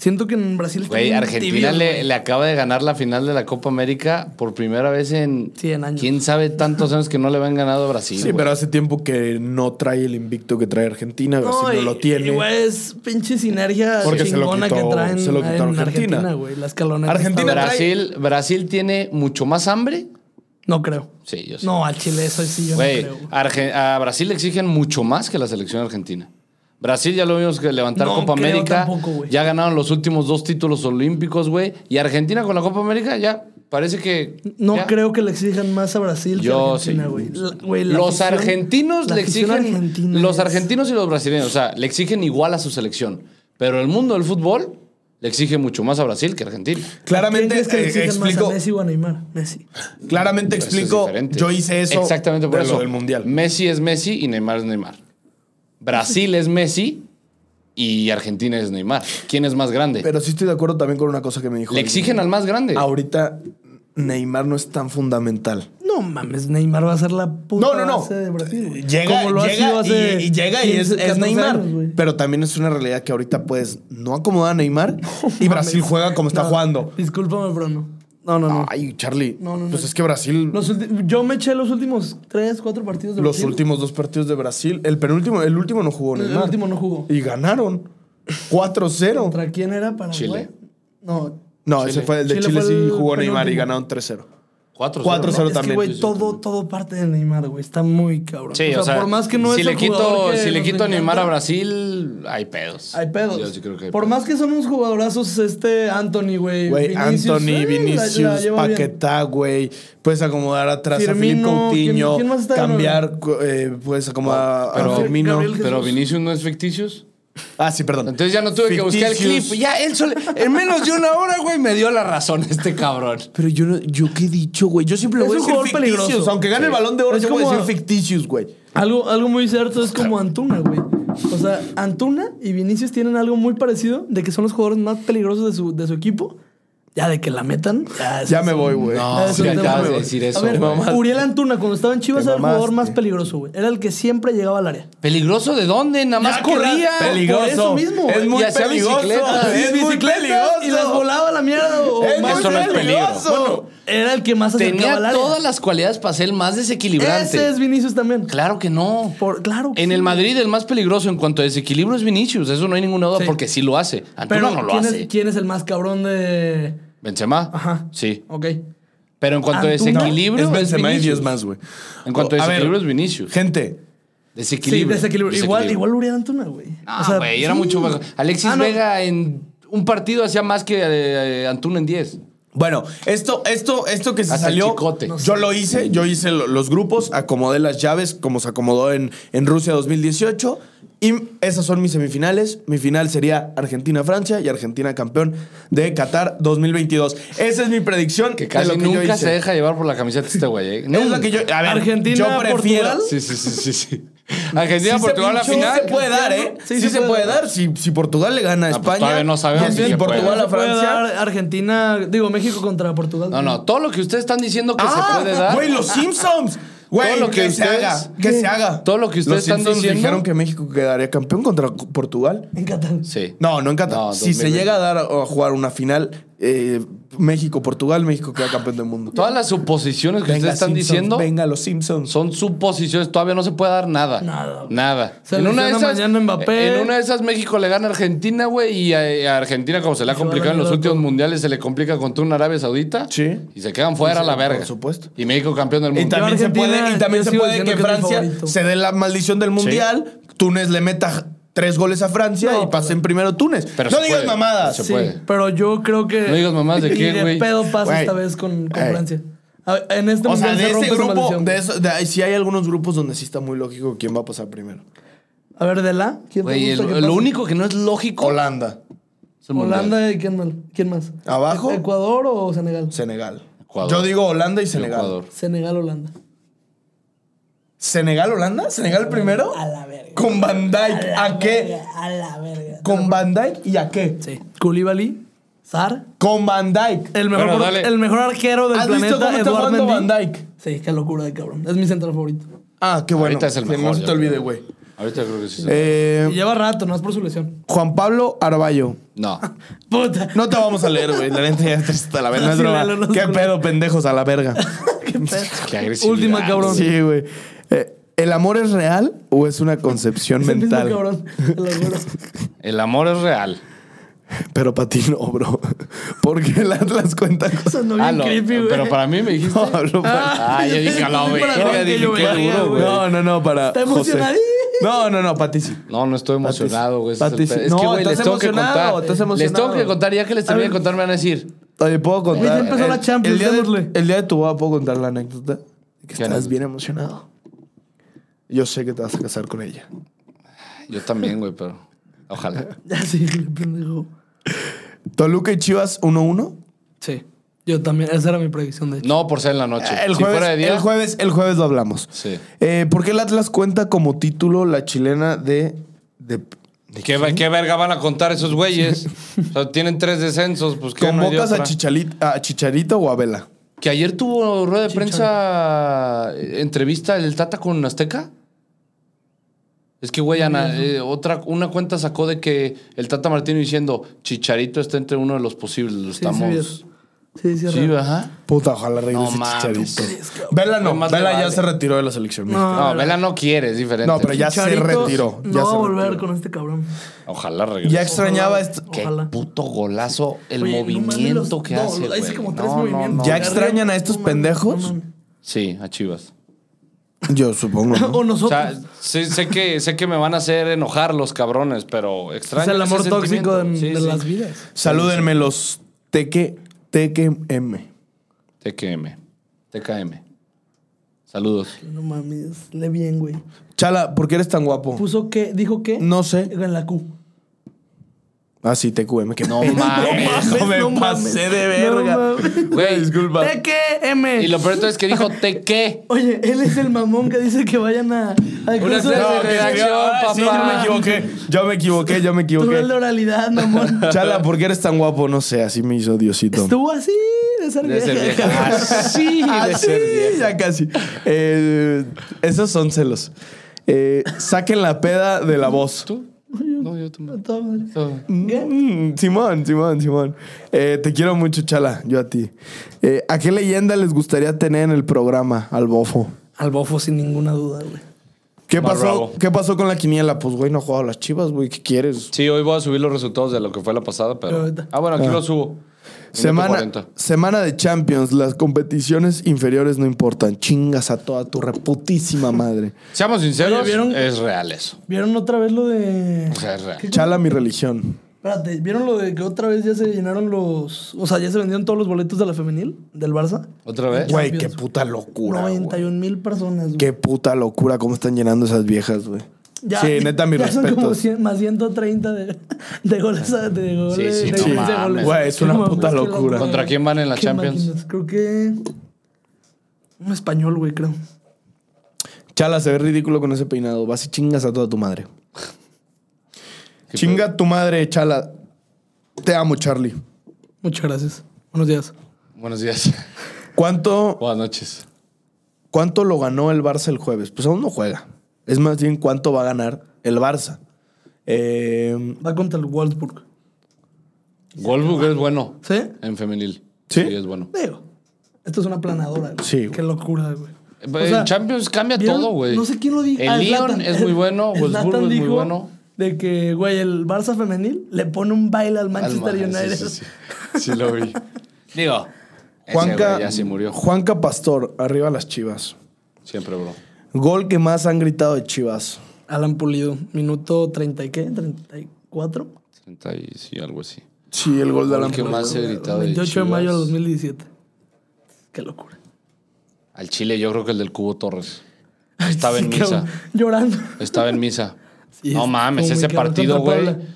C: Siento que en Brasil están
B: Güey,
C: bien
B: Argentina
C: tibios,
B: le,
C: güey.
B: le acaba de ganar la final de la Copa América por primera vez en...
C: 100 años.
B: ¿Quién sabe tantos años que no le habían ganado a Brasil?
A: Sí,
B: güey?
A: pero hace tiempo que no trae el invicto que trae Argentina. Brasil no,
C: y-
A: lo tiene.
C: y, güey, es pinche sinergia
A: Porque se lo
C: chingona
A: quitó-
C: que traen
A: se lo quitó
C: en Argentina,
A: Argentina.
C: güey. La escaloneta.
A: Argentina
C: está-
A: trae-
B: Brasil, Brasil tiene mucho más hambre.
C: No creo.
B: Sí, yo sé.
C: No, al Chile eso sí yo
B: Güey,
C: no creo. güey.
B: Arge- a Brasil le exigen mucho más que la selección argentina. Brasil ya lo vimos que levantar
C: No
B: Copa
C: creo
B: América.
C: tampoco, güey.
B: ya ganaron los últimos dos títulos olímpicos, güey. Y Argentina con la Copa América ya parece que.
C: No
B: ya.
C: creo que le exijan más a Brasil
B: Yo
C: que a Argentina,
B: sí.
C: güey. La- güey, la
B: Los
C: afición-
B: argentinos
C: la
B: le
C: afición
B: exigen.
C: argentina
B: los
C: es-
B: argentinos y los brasileños, o sea, le exigen igual a su selección. Pero el mundo del fútbol le exige mucho más a Brasil que a Argentina.
A: Claramente
C: ¿Quién crees que le
A: eh,
C: exigen más
A: explico.
C: a Messi o a Neymar? Messi.
A: Claramente
B: Eso es
A: explico.
B: diferente.
A: yo hice eso.
B: Exactamente por
A: de lo
B: eso.
A: del mundial.
B: Messi es Messi y Neymar es Neymar. Brasil es Messi y Argentina es Neymar. ¿Quién es más grande?
A: Pero sí estoy de acuerdo también con una cosa que me dijo.
B: Le
A: alguien.
B: exigen al más grande.
A: Ahorita Neymar no es tan fundamental.
C: No mames, Neymar va a ser la puta
A: No, no, no.
C: base de Brasil. güey.
A: Llega,
C: Como lo ha
A: llega
C: sido hace
A: y, y llega y es,
C: 15,
A: es
C: 14
A: Neymar.
C: años, güey.
A: pero también es una realidad que ahorita puedes no acomodar a Neymar y Brasil
C: Mames.
A: juega como está
C: No,
A: jugando.
C: Discúlpame, pero no. No, no, no.
A: Ay, Charlie.
C: No, no, no.
A: Pues es que Brasil.
C: Los ulti- yo me eché los últimos tres, cuatro partidos de
A: Los
C: Brasil.
A: últimos dos partidos de Brasil. El penúltimo, el último no jugó
C: El
A: Neymar.
C: último no jugó.
A: Y ganaron. 4-0.
C: ¿Contra quién era? Paraguay.
B: Chile.
C: No.
A: No, ese fue el de
C: Chile
A: Chile,
C: fue
A: sí
C: el
A: jugó Neymar y
C: penúltimo.
A: ganaron 3-0.
B: 4-0.
A: 4-0. Pero
C: es que,
A: también-
C: güey, todo, todo parte de Neymar, güey. Está muy cabrón.
B: Sí, o sea,
C: por más que no
B: si
C: es
B: le
C: el
B: quito,
C: jugador que
B: si le
C: nos
B: quito a Neymar a
C: encanta,
B: Brasil, hay pedos.
C: Hay pedos.
B: Yo sí creo que hay
C: Por
B: pedos.
C: más que son unos jugadorazos, este Anthony, güey.
A: Güey,
C: Vinicius, eh,
A: Anthony,
C: la- la
A: Vinicius,
C: lleva bien.
A: Paquetá, güey. Puedes acomodar atrás
C: Firmino,
A: a Felipe
C: ¿quién-
A: Coutinho.
C: quién más está de
A: cambiar, cu- eh, puedes acomodar
B: Pero-
A: a Firmino.
C: Gabriel-
B: Pero Vinicius no es ficticios.
A: Ah, sí, perdón.
B: Entonces ya no tuve que buscar el clip.
A: Ficticios.
B: Ya él solo, en menos de una hora, güey, me dio la razón este cabrón.
A: Pero yo, no- yo qué he dicho, güey. Yo siempre
C: Es un jugador
A: ficticios.
C: peligroso.
A: Aunque gane el balón de oro,
C: Es
A: yo voy a
C: como-
A: decir ficticios, güey.
C: Algo, algo muy cierto es como Antuna, güey. O sea, Antuna y Vinicius tienen algo muy parecido de que son los jugadores más peligrosos de su, de su equipo. Ya de que la metan. Ya, eso
A: Ya
C: es
A: me
C: un-
A: voy, güey.
B: No,
C: eso
B: sí,
C: es un
B: acabas
C: tema.
B: de decir
C: A
B: eso.
C: ver,
B: güey.
A: mamá.
C: Uriel Antuna, cuando estaba en Chivas,
A: Te
C: era el jugador
A: mamaste.
C: más peligroso, güey. Era el que siempre llegaba al área.
B: ¿Peligroso de dónde? Nada más
C: Ya que
B: corría.
C: la-
A: Peligroso.
C: Ah, Por eso mismo.
A: Es
C: güey.
A: muy
B: Y hacía
A: peligroso.
B: bicicleta.
A: Sí,
C: Y
A: es muy
C: bicicletas,
A: peligroso.
C: Y las volaba a la mierda. o-
A: Es
C: o
A: muy
C: más.
B: Eso no es
A: peligroso.
C: Bueno, era el que más se acercaba
B: Tenía
C: al área.
B: todas las cualidades para ser el más desequilibrante.
C: Ese es Vinicius también.
B: Claro que no.
C: Por- claro que
B: En el
C: sí.
B: Madrid el más peligroso en cuanto a desequilibrio es Vinicius, eso no hay ninguna duda
C: Sí.
B: porque sí lo hace. Antuna
C: Pero
B: no lo
C: ¿quién,
B: hace.
C: Es, ¿quién es el más cabrón de...?
B: Benzema.
C: Ajá.
B: Sí.
C: Ok.
B: Pero en cuanto a
C: Antuna.
B: desequilibrio
A: es Benzema y
B: es
A: Dios
B: Vinicius.
A: más, güey.
B: En cuanto a
A: ver,
B: desequilibrio es Vinicius.
A: Gente,
C: Sí,
B: Desequilibrio.
C: desequilibrio. Igual, igual Uriel Antuna, güey.
B: Ah,
C: O sea,
B: güey, era
C: sí.
A: Ah,
B: mucho mejor. Alexis
C: Ah, no.
B: Vega en un partido hacía más que eh, Antuna en 10.
A: Bueno, esto, esto, esto que se
B: Hasta el
A: salió,
B: chicote.
A: yo lo hice, yo hice lo- los grupos, acomodé las llaves como se acomodó en, en Rusia 2018 y esas son mis semifinales. Mi final sería Argentina-Francia y Argentina campeón de Qatar 2022. Esa es mi predicción
B: Que casi
A: de lo que yo
B: nunca
A: hice.
B: se deja llevar por la camiseta este güey. ¿eh?
A: Es lo que yo, Ah. a ver,
C: Argentina,
A: yo prefiero,
C: Portugal.
B: Sí, sí, sí, sí, sí. Argentina,
A: Sí se
B: Portugal, la
A: pinchó,
B: final.
A: se puede dar, ¿eh?
C: Sí,
A: Sí,
C: se
A: se,
C: puede
A: puede
C: dar.
A: dar. Si, si Portugal le gana a
B: Ah, pues,
A: España.
B: todavía no sabemos
A: y
B: si
A: si
B: se puede.
A: Portugal a
C: Se puede
A: Francia.
C: dar Argentina, digo, México contra Portugal.
B: No, no, todo lo que ustedes están diciendo que se puede dar.
A: Ah, Güey, los Simpsons. Güey,
B: lo
A: que,
B: que
A: se
B: ustedes-
A: haga. Que se haga.
B: Todo lo que ustedes
A: los
B: están
A: Simpsons
B: diciendo-
A: dijeron que México quedaría campeón contra Portugal.
C: En Qatar.
B: Sí.
A: No, no en Qatar.
B: No,
A: si se
B: 2020.
A: llega a dar a, a jugar una final, eh, México-Portugal, México queda campeón del mundo.
B: Todas las suposiciones que ustedes están
A: Simpsons,
B: diciendo
A: Venga, los Simpsons.
B: son suposiciones. Todavía no se puede dar nada.
C: Nada.
B: Nada.
C: Se lesiona mañana Mbappé.
B: en una de esas, México le gana a Argentina, güey. Y a, a Argentina, como se le ha
C: Y se va a
B: complicado en los
C: arreglar
B: últimos
C: todo.
B: mundiales, se le complica contra una Arabia Saudita.
A: Sí.
B: Y se quedan fuera a la
A: Sí, por
B: verga.
A: supuesto.
B: Y México campeón del
A: Y
B: mundo.
A: también, se
C: Argentina,
A: puede, y también
C: yo
A: se
C: sigo
A: puede
C: diciendo
A: que
C: que es mi
A: Francia
C: favorito.
A: se dé la maldición del mundial, Túnez le meta tres goles a Francia
C: No,
A: y pasen primero Túnez.
B: pero
A: no
B: se
A: digas
B: puede,
A: mamadas.
B: se
C: Sí,
B: puede.
C: pero yo creo que.
B: No digas mamás de
C: ni
B: qué, güey.
C: pedo pasa
A: Güey.
C: esta vez con, con
A: Ey.
C: Francia. A ver, en este
A: O
C: momento
A: sea, de
C: se rompe
A: ese
C: esa
A: grupo,
C: maldición.
A: de eso, de- sí hay algunos grupos donde sí está muy lógico quién va a pasar primero.
C: A ver, de la. ¿Quién te
B: Güey,
C: gusta
B: el-
C: que
B: lo
C: pase?
B: único que no es lógico
A: Holanda,
B: es el mundial.
C: Holanda y quién, mal- quién más.
A: ¿Abajo?
C: ¿E- ¿Ecuador o Senegal?
A: Senegal.
B: Ecuador.
A: Yo digo Holanda y Senegal.
B: Ecuador.
C: Senegal, Holanda.
A: ¿Senegal, Holanda? ¿Senegal primero?
C: A la verga.
A: Con Van Dijk, ¿a, qué?
C: verga, A la verga.
A: Con Van Dijk y a qué?
C: Sí. Koulibaly, Sar.
A: Con Van Dijk.
C: El mejor,
B: Bueno,
C: por-
B: dale.
C: el mejor arquero del
A: ¿Has visto
C: planeta,
A: cómo está
C: Eduardo
A: jugando Van
C: Mendy.
A: Dijk?
C: Sí, qué locura de cabrón. Es mi central favorito.
A: Ah, qué bueno.
B: Ahorita es el
A: Que
B: mejor.
A: No se
B: yo
A: te olvide,
B: creo.
A: güey.
B: Ahorita creo que sí. se-
A: Eh,
C: Y lleva rato, no es por su lesión.
A: Juan Pablo Arballo.
B: No.
C: Puta.
A: No te vamos a leer, güey. La neta ya está hasta la verga. No es
C: Sí,
A: broma.
C: la lona
A: Qué
C: oscura.
A: pedo, pendejos, a la verga.
C: Qué pedo.
B: Qué agresividad,
C: Última, cabrón.
A: Sí, güey. Eh, ¿El amor es real o es una concepción
C: Es el mismo
A: mental?
C: cabrón. Te lo juro.
B: El amor es real.
A: Pero para ti no, bro. Porque el Atlas cuenta cosas.
C: Sonó
B: Ah,
C: bien
B: lo-
C: creepy, güey.
B: pero para mí me dijiste.
A: No, hablo para-
B: Ah, yo dije, a la
C: Para
B: verga,
C: Juan que
B: dije,
C: yo
B: qué
C: vería,
B: duro, güey.
A: No, no, no, para.
C: Está
A: José.
C: emocionadí.
A: No, no, no, para ti sí.
B: No, no estoy emocionado, güey. ese
A: Pati,
B: es el
A: sí.
B: pe- es que,
A: No,
B: güey, les
A: estás
B: tengo que
A: emocionado,
B: contar.
A: estás
B: Les tengo
A: emocionado.
B: que contar, ya que les termine de contar, me van a decir.
A: Oye, ¿puedo
C: Güey,
A: contar?
C: ya empezó la Champions,
A: el, día de,
C: démosle.
A: el día de tu boda, ¿puedo contar la anécdota? Que
B: ¿Qué
A: estás
B: anécdota?
A: bien emocionado. Yo sé que te vas a casar con ella.
B: Yo también, güey, pero. Ojalá.
C: Ya sí, le pendejo.
A: Toluca y Chivas 1-1.
C: Sí. Yo también. Esa era mi predicción, de hecho.
B: No por ser en la noche.
A: El
B: Ah, si
A: jueves,
B: fuera de día.
A: el jueves, el jueves lo hablamos.
B: Sí.
A: Eh, ¿Por qué el Atlas cuenta como título la chilena de. de, de
B: ¿Qué, ve- qué verga van a contar esos güeyes? O sea, tienen tres descensos, pues que
A: ¿Convocas a, Chichalit- a Chicharito o a Vela?
B: Que ayer tuvo rueda de prensa eh, entrevista el Tata con Azteca. Es que, güey, Ana, eh, otra, una cuenta sacó de que el Tata Martino diciendo Chicharito está entre uno de los posibles. Lo
C: Sí, sí,
B: estamos.
C: es- sí, sí, es
B: sí
C: real.
B: ajá.
A: Puta, ojalá regrese
B: No mames.
A: Chicharito. Vela no,
B: Pues más
A: Vela
B: le
A: ya
B: vale.
A: se retiró de la selección. mexicana.
C: No,
B: No, Vela no quiere, es diferente.
A: No, pero ya se
C: Chicharito
A: retiró. Ya
C: No va
A: se
C: a volver
A: retiró.
C: con este cabrón.
B: Ojalá regrese.
A: Ya extrañaba, est-
B: Qué
C: Ojalá.
B: puto golazo, el
C: Oye, no mames,
B: movimiento
C: los-
B: que
C: no,
B: hace,
C: hice
B: güey.
C: como
B: No,
C: tres
B: no,
C: movimientos.
B: no.
A: Ya extrañan a estos
C: mames,
A: pendejos.
C: mames.
B: Sí, a Chivas.
A: Yo supongo. ¿no?
C: O
B: O
C: nosotros. pues,
B: sea, sí, sé, que, sé que me van a hacer enojar los cabrones, pero extraño.
C: es el amor
B: ese
C: tóxico de,
B: sentimiento. Sí,
C: de
B: sí.
C: las vidas.
A: Salúdenme los teque, teque M.
B: TKM. TKM. Saludos.
C: No mames, le bien, güey.
A: Chala, ¿por qué eres tan guapo?
C: Puso que, dijo que.
A: No sé.
C: En la Q.
A: Ah, sí, TQM. Que
B: No mames.
A: No me
C: mames.
A: pasé de verga.
C: No mames.
B: Güey, disculpa.
C: ¿De qué, M?
B: Y lo peor de todo es que dijo TK.
C: Oye, él es el mamón que dice que vayan a. a
B: Una
C: curso
B: clase de
A: que
B: redacción,
A: escriba- ah, sí,
B: papá.
A: yo me equivoqué. Yo me equivoqué, yo me
C: Tú ves la
A: equivoqué.
C: oralidad, mamón.
A: Chala, ¿por qué eres tan guapo? No sé, así me hizo Diosito.
C: Estuvo así de ser
B: De ser
C: vieja.
B: vieja. Así de
A: Así,
B: ser vieja.
A: Ah, ya casi. Eh, esos son celos. Eh, saquen la peda de la voz.
B: ¿Tú? No, yo
C: A
B: también.
C: toda madre.
A: Mm, Simón, Simón, Simón. Eh, te quiero mucho, Chala. Yo a ti. Eh, ¿A qué leyenda les gustaría tener en el programa? Al bofo.
C: Al bofo, sin ninguna duda, güey.
A: ¿Qué
B: Más
A: pasó,
B: bravo.
A: ¿Qué pasó con la quiniela? Pues, güey, no ha jugado a las chivas, güey. ¿Qué quieres?
B: Sí, hoy voy a subir los resultados de lo que fue la pasada,
C: Pero
B: pero.
C: ahorita.
B: Ah, bueno, aquí lo subo. Minuto
A: Semana,
B: 40.
A: semana de Champions. Las competiciones inferiores no importan. Chingas a toda tu reputísima madre.
B: Seamos sinceros,
C: Oye, ¿vieron?
B: es real eso.
C: ¿Vieron otra vez lo de.
B: O sea, es real.
A: Chala, mi religión.
C: Espérate, ¿vieron lo de que otra vez ya se llenaron los. O sea, ya se vendieron todos los boletos de la femenil del Barça?
B: ¿Otra vez?
A: Güey, qué
C: Champions.
A: puta locura. güey.
C: 91 mil personas, güey.
A: Qué puta locura cómo están llenando esas viejas, güey.
C: Ya-
A: sí, neta, mis
C: ya Son como
A: respetos.
C: 100 más 130 de, de goles. a- De goles
B: sí,
C: de
B: no
C: 15
B: mames.
C: goles.
A: Güey, es
C: Qué
A: una
C: mames,
A: puta
C: qué
A: locura.
C: locura.
B: ¿Contra quién van en la
C: Qué
B: Champions?
C: máquinas, Creo que. Un español, güey, creo.
A: Chala, se ve ridículo con ese peinado. Vas y chingas a toda tu madre.
B: ¿Qué
A: Chinga tu madre, Chala. Te amo, Charlie.
C: Muchas gracias. Buenos días.
B: pedo? Buenos días.
A: ¿Cuánto,
B: Buenas noches.
A: ¿Cuánto lo ganó el Barça el jueves? Pues aún no juega. Es más bien cuánto va a ganar el Barça. Eh,
C: Va contra el Wolfsburg.
B: Wolfsburg es bueno.
C: ¿Sí?
B: En femenil.
A: ¿Sí?
B: es bueno.
C: Digo, esto es una planadora, güey.
A: Sí, güey.
C: Qué locura, güey.
B: En
C: O sea,
B: Pues, Champions cambia
C: ¿vieron?
B: Eh, todo, güey.
C: No sé quién lo dijo.
B: El
C: Ah,
B: Lyon
C: Zlatan.
B: es muy bueno.
C: El- Zlatan
B: Wolfsburg es muy
C: dijo
B: bueno.
C: De que, güey, el Barça femenil le pone un baile al Manchester
B: Alma, sí,
C: United.
B: Sí, sí, Sí lo vi. Digo, ese
A: Juanca,
B: güey ya se murió.
A: Juanca Pastor, arriba las chivas.
B: Siempre, bro.
A: Gol que más han gritado de chivas.
C: Alan Pulido, minuto 30 y qué, 34.
B: 30 y sí, algo así.
A: Sí, el gol de Alan
B: ¿Qué
A: Pulido.
B: más he gritado de
C: 28 de mayo de
B: Chivas?
C: 2017. Qué locura.
B: Al Chile yo creo que el del Cubo Torres. Estaba
C: Sí,
B: en misa.
C: cabrón, Llorando.
B: Estaba en misa.
C: Sí,
B: no
C: es-
B: mames,
C: fue muy
B: ese
C: cabrón
B: partido,
C: contra
B: güey.
C: Puebla.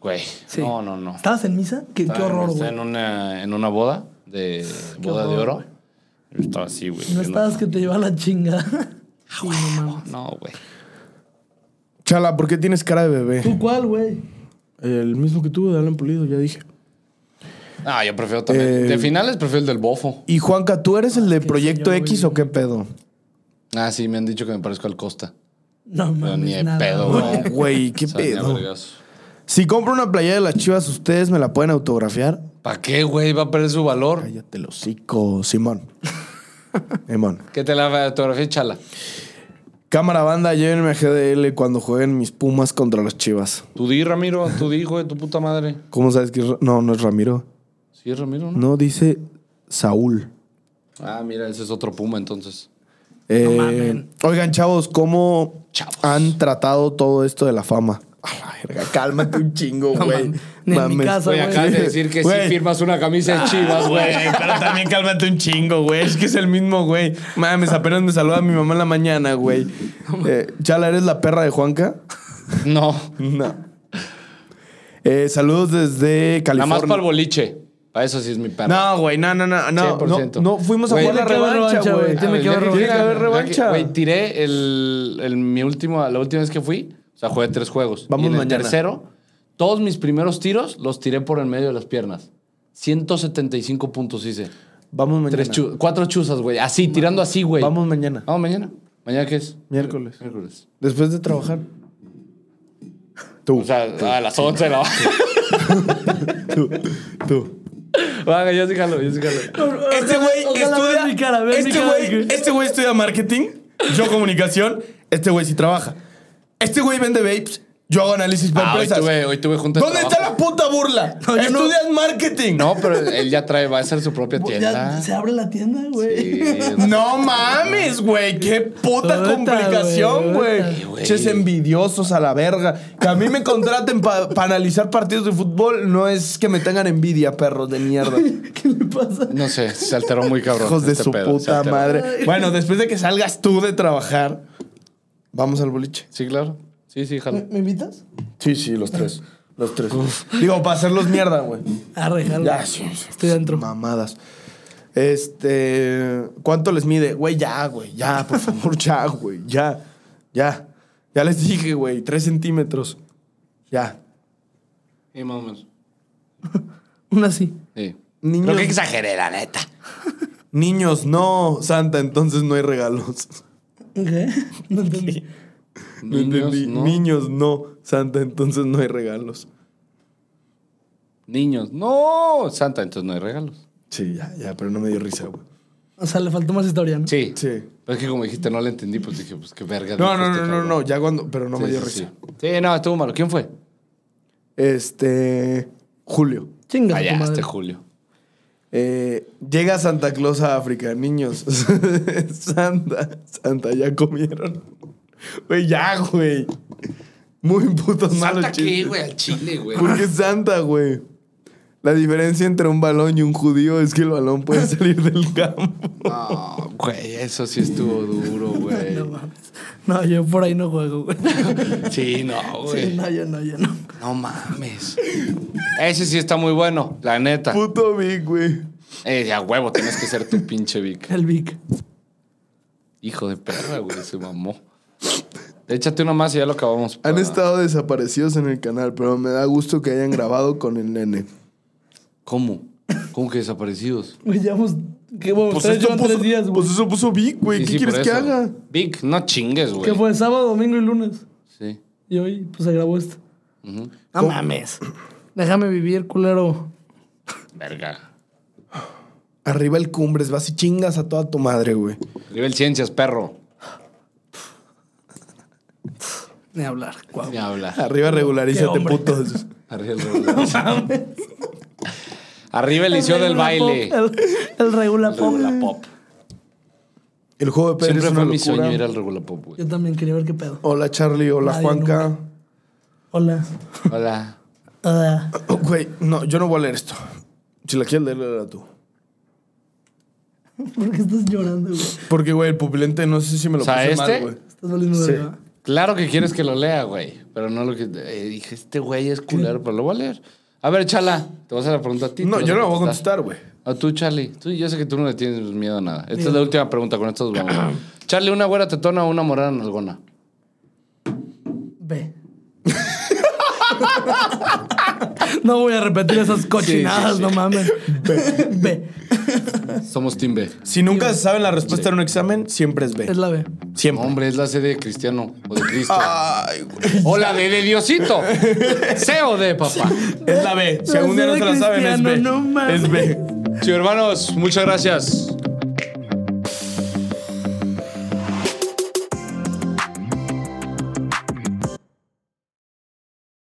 B: Güey,
C: Sí.
B: no, no, no.
C: ¿Estabas en misa? Qué, qué
B: Estaba en-
C: horror,
B: estaba
C: güey.
B: en
C: No,
B: una, en una boda de
C: Qué
B: boda de
C: horror,
B: oro.
C: güey.
B: Yo estaba así, güey. Yo no-
C: estabas que te llevaba la chinga.
B: Ah,
C: Sí, no mames.
B: No, güey.
A: Chala, ¿por qué tienes cara de bebé?
C: ¿Tú cuál, güey?
A: El mismo que tú, de Alan Pulido, ya dije.
B: Ah, yo prefiero también.
A: Eh,
B: de finales prefiero el del bofo.
A: Y Juanca, ¿tú eres
C: Ah,
A: el de Proyecto
C: soy yo,
A: X
C: güey.
A: o qué pedo?
B: Ah, sí, me han dicho que me parezco al Costa.
C: No mames.
B: ni de
C: nada,
B: pedo,
C: güey.
B: güey.
A: Güey, qué
B: O sea, ni a
A: pedo.
B: vergazo.
A: Si compro una playa de las chivas, ¿ustedes me la pueden autografiar?
B: ¿Para qué, güey? Va a perder su valor.
A: Cállate el hocico, Simón. Simón.
B: ¿Qué te la fotografía, chala?
A: Cámara banda, llévenme a GDL cuando jueguen mis pumas contra las chivas.
B: Tú di, Ramiro, tú di, güey, tu puta madre.
A: ¿Cómo sabes que es Ra- No, no es Ramiro.
B: Sí, Ramiro, ¿no?
A: No, dice Saúl.
B: Ah, mira, ese es otro puma, entonces.
A: Eh,
C: mamen.
A: oigan, chavos, ¿cómo
B: Chavos.
A: han tratado todo esto de la fama? A la verga, cálmate un chingo,
C: No
A: güey.
C: mames, ni en mi
A: Mames.
C: casa,
B: Güey,
C: güey.
B: acabas de decir que
A: Güey.
B: si firmas una camisa de chivas, güey.
A: Güey, pero también cálmate un chingo, güey. Es que es el mismo, güey. Mames, apenas me saluda mi mamá en la mañana, güey. Eh, Chala, ¿eres la perra de Juanca?
B: No.
A: No. Eh, saludos desde
B: Nada más para el
A: California.
B: boliche. Para eso sí es mi perro.
A: No, güey, no, no, no, no,
B: 100%.
A: no. No, fuimos a
B: Güey,
A: jugar la
C: tiene que
A: revancha,
C: haber revancha,
A: güey.
C: güey, tiene
A: Tiene
C: que haber
A: Ah, que haber revancha.
B: Güey, tiré el, el- mi último, la última vez que fui, o sea, jugué tres juegos.
A: Vamos
B: y en el
A: mañana.
B: tercero, todos mis primeros tiros los tiré por el medio de las piernas. 175 puntos hice.
A: Vamos mañana.
B: Tres chu- cuatro chuzas, güey. Así, tirando así, güey. Ah.
A: Vamos mañana.
B: Vamos mañana. ¿Mañana qué es?
A: Miércoles.
B: Miércoles.
A: Después de trabajar. Tú.
B: O sea, a las 11 de la
A: tú, tú.
B: Venga, yo sí jalo, yo sí jalo.
A: Este güey
C: Ojalá veas
A: estudia.
C: mi cara, veas mi
A: este
C: cara,
A: güey,
C: güey.
A: este güey estudia marketing, yo comunicación, este güey sí trabaja. Este güey vende vapes, yo hago análisis para
B: Ah, hoy
A: empresas.
B: tuve, hoy tuve junta de
A: ¿Dónde está
B: trabajo.
A: la puta burla?
C: No, yo no-
A: Estudias marketing.
B: No, pero él ya trae, va a ser su propia tienda.
C: Ya se abre la tienda, güey.
B: Sí.
A: No mames, güey. Qué puta
C: Puta,
A: complicación,
C: güey.
A: güey. Ches envidiosos a la verga. Que a mí me contraten para analizar partidos de fútbol no es que me tengan envidia, perros de mierda.
C: ¿Qué le pasa?
B: No sé, se alteró muy cabrón.
A: Hijos de
B: este
A: su
B: pedo, se
A: puta
B: alteró.
A: madre. Bueno, después de que salgas tú de trabajar, vamos al boliche.
B: Sí, claro. Sí, sí,
C: ¿Me,
B: jalo.
C: me invitas?
A: Sí, sí, los tres. Los tres. Digo, para hacerlos mierda, güey.
C: Arre, jalo.
A: Ya, sí, sí.
C: Estoy dentro.
A: Mamadas. Este. ¿Cuánto les mide? Güey, ya, güey. Ya, por favor, ya, güey. Ya. Ya. Ya les dije, güey. Tres centímetros. Ya.
B: Sí, más o menos.
C: Una sí.
B: Sí.
A: Niños,
B: Pero que exageré, la neta.
A: niños, no, Santa, entonces no hay regalos.
C: ¿Qué? No entendí.
A: No entendí. Niños, no, Santa, entonces no hay regalos.
B: Niños. No, Santa, entonces no hay regalos.
A: Sí, ya, ya, pero no me dio risa, güey.
C: O sea, le faltó más historia, ¿no?
B: Sí.
A: Sí.
B: Pero es que como dijiste, no la entendí, pues dije, pues qué verga.
A: No,
B: dijo
A: no,
B: este
A: no, no,
B: cabrón.
A: no, ya cuando, pero no
B: Sí,
A: me dio
B: sí,
A: risa.
B: Sí. Sí, no, estuvo malo. ¿Quién fue?
A: Este, Julio.
C: Chinga.
B: Allá,
C: tu madre.
B: este Julio.
A: Eh, llega Santa Claus a África, niños. Santa, Santa, ya comieron. Güey, ya, güey. Muy putos malos
B: ¿Santa qué,
A: chistes.
B: güey? Al chile, güey.
A: Porque es santa, güey. La diferencia entre un balón y un judío es que el balón puede salir del campo.
B: No, güey, eso sí estuvo duro, güey.
C: No, mames. No, yo por ahí no juego, güey.
B: Sí, no, güey.
C: Sí, no, yo no, yo no.
B: No mames. Ese sí está muy bueno, la neta.
A: Puto Vic, güey.
B: Eh, a huevo, tienes que ser tu pinche Vic.
C: El Vic.
B: Hijo de perra, güey, se mamó. Échate uno más y ya lo acabamos.
A: Han
B: para-
A: estado desaparecidos en el canal, pero me da gusto que hayan grabado con el nene.
B: ¿Cómo? ¿Cómo que desaparecidos?
C: Güey, llevamos. ¿Qué, bueno, ustedes llevan tres días, güey.
A: pues eso Pues puso Vic, güey.
B: Sí,
A: ¿Qué
B: sí,
A: quieres
B: por
A: que
B: eso.
A: haga?
B: Vic, no chingues, güey.
C: que fue sábado, domingo y lunes.
B: Sí.
C: Y hoy, pues se grabó esto.
B: Ujú.
C: No mames. Déjame vivir, culero.
B: Verga.
A: Arriba el cumbres, vas y chingas a toda tu madre, güey.
B: Nivel ciencias, perro.
C: Ni hablar, guau.
B: Ni habla.
A: Arriba regularízate,
C: hombre.
A: putos.
B: Arriba el, Arriba el liceo del
C: regula
B: baile.
C: pop, El, el regula pop.
B: Regula pop.
A: El juego de Pedro
B: Siempre
A: es
B: fue
A: una
B: mi
A: locura.
B: sueño ir al regula pop, güey.
C: Yo también quería ver qué pedo.
A: Hola, Charlie. Hola,
C: Nadie
A: Juanca.
C: Hola.
B: Hola.
C: Hola.
A: Oh, Güey, no, yo no voy a leer esto. Si la quieres leer, léela tú.
C: ¿Por qué estás llorando, güey?
A: Porque, güey, el pupilente no sé si me lo
B: O sea,
A: puse mal,
B: ¿este?
A: güey.
C: Estás valiendo
A: Sí.
C: de verdad.
B: Claro que quieres que lo lea, güey. Pero no lo que. eh, dije, este güey es culero, pero lo voy a leer. A ver, Chala, te vas a hacer la pregunta a ti.
A: No,
B: te
A: yo no lo
B: vas
A: voy a contestar, güey.
B: A tú, Charlie. Tú, yo sé que tú no le tienes miedo a nada. Esta es la última pregunta con estos vamos. Charlie, ¿una güera tetona o una morada nalgona?
C: Ve. no voy a repetir esas cochinadas, no mames. Ve.
B: Somos Team B.
A: Si nunca se saben la respuesta en un examen, siempre es
C: Es
A: B.
C: la B.
A: Siempre.
B: Hombre, es la C de Cristiano o de Cristo.
A: Ay, güey.
B: O la D de Diosito. C o D, papá.
A: Es la B. Si
C: La
A: algún día
C: C
A: no
C: de
A: se la saben, es
C: Cristiano,
A: B.
C: no mames.
A: es B.
B: Sí, hermanos, muchas gracias.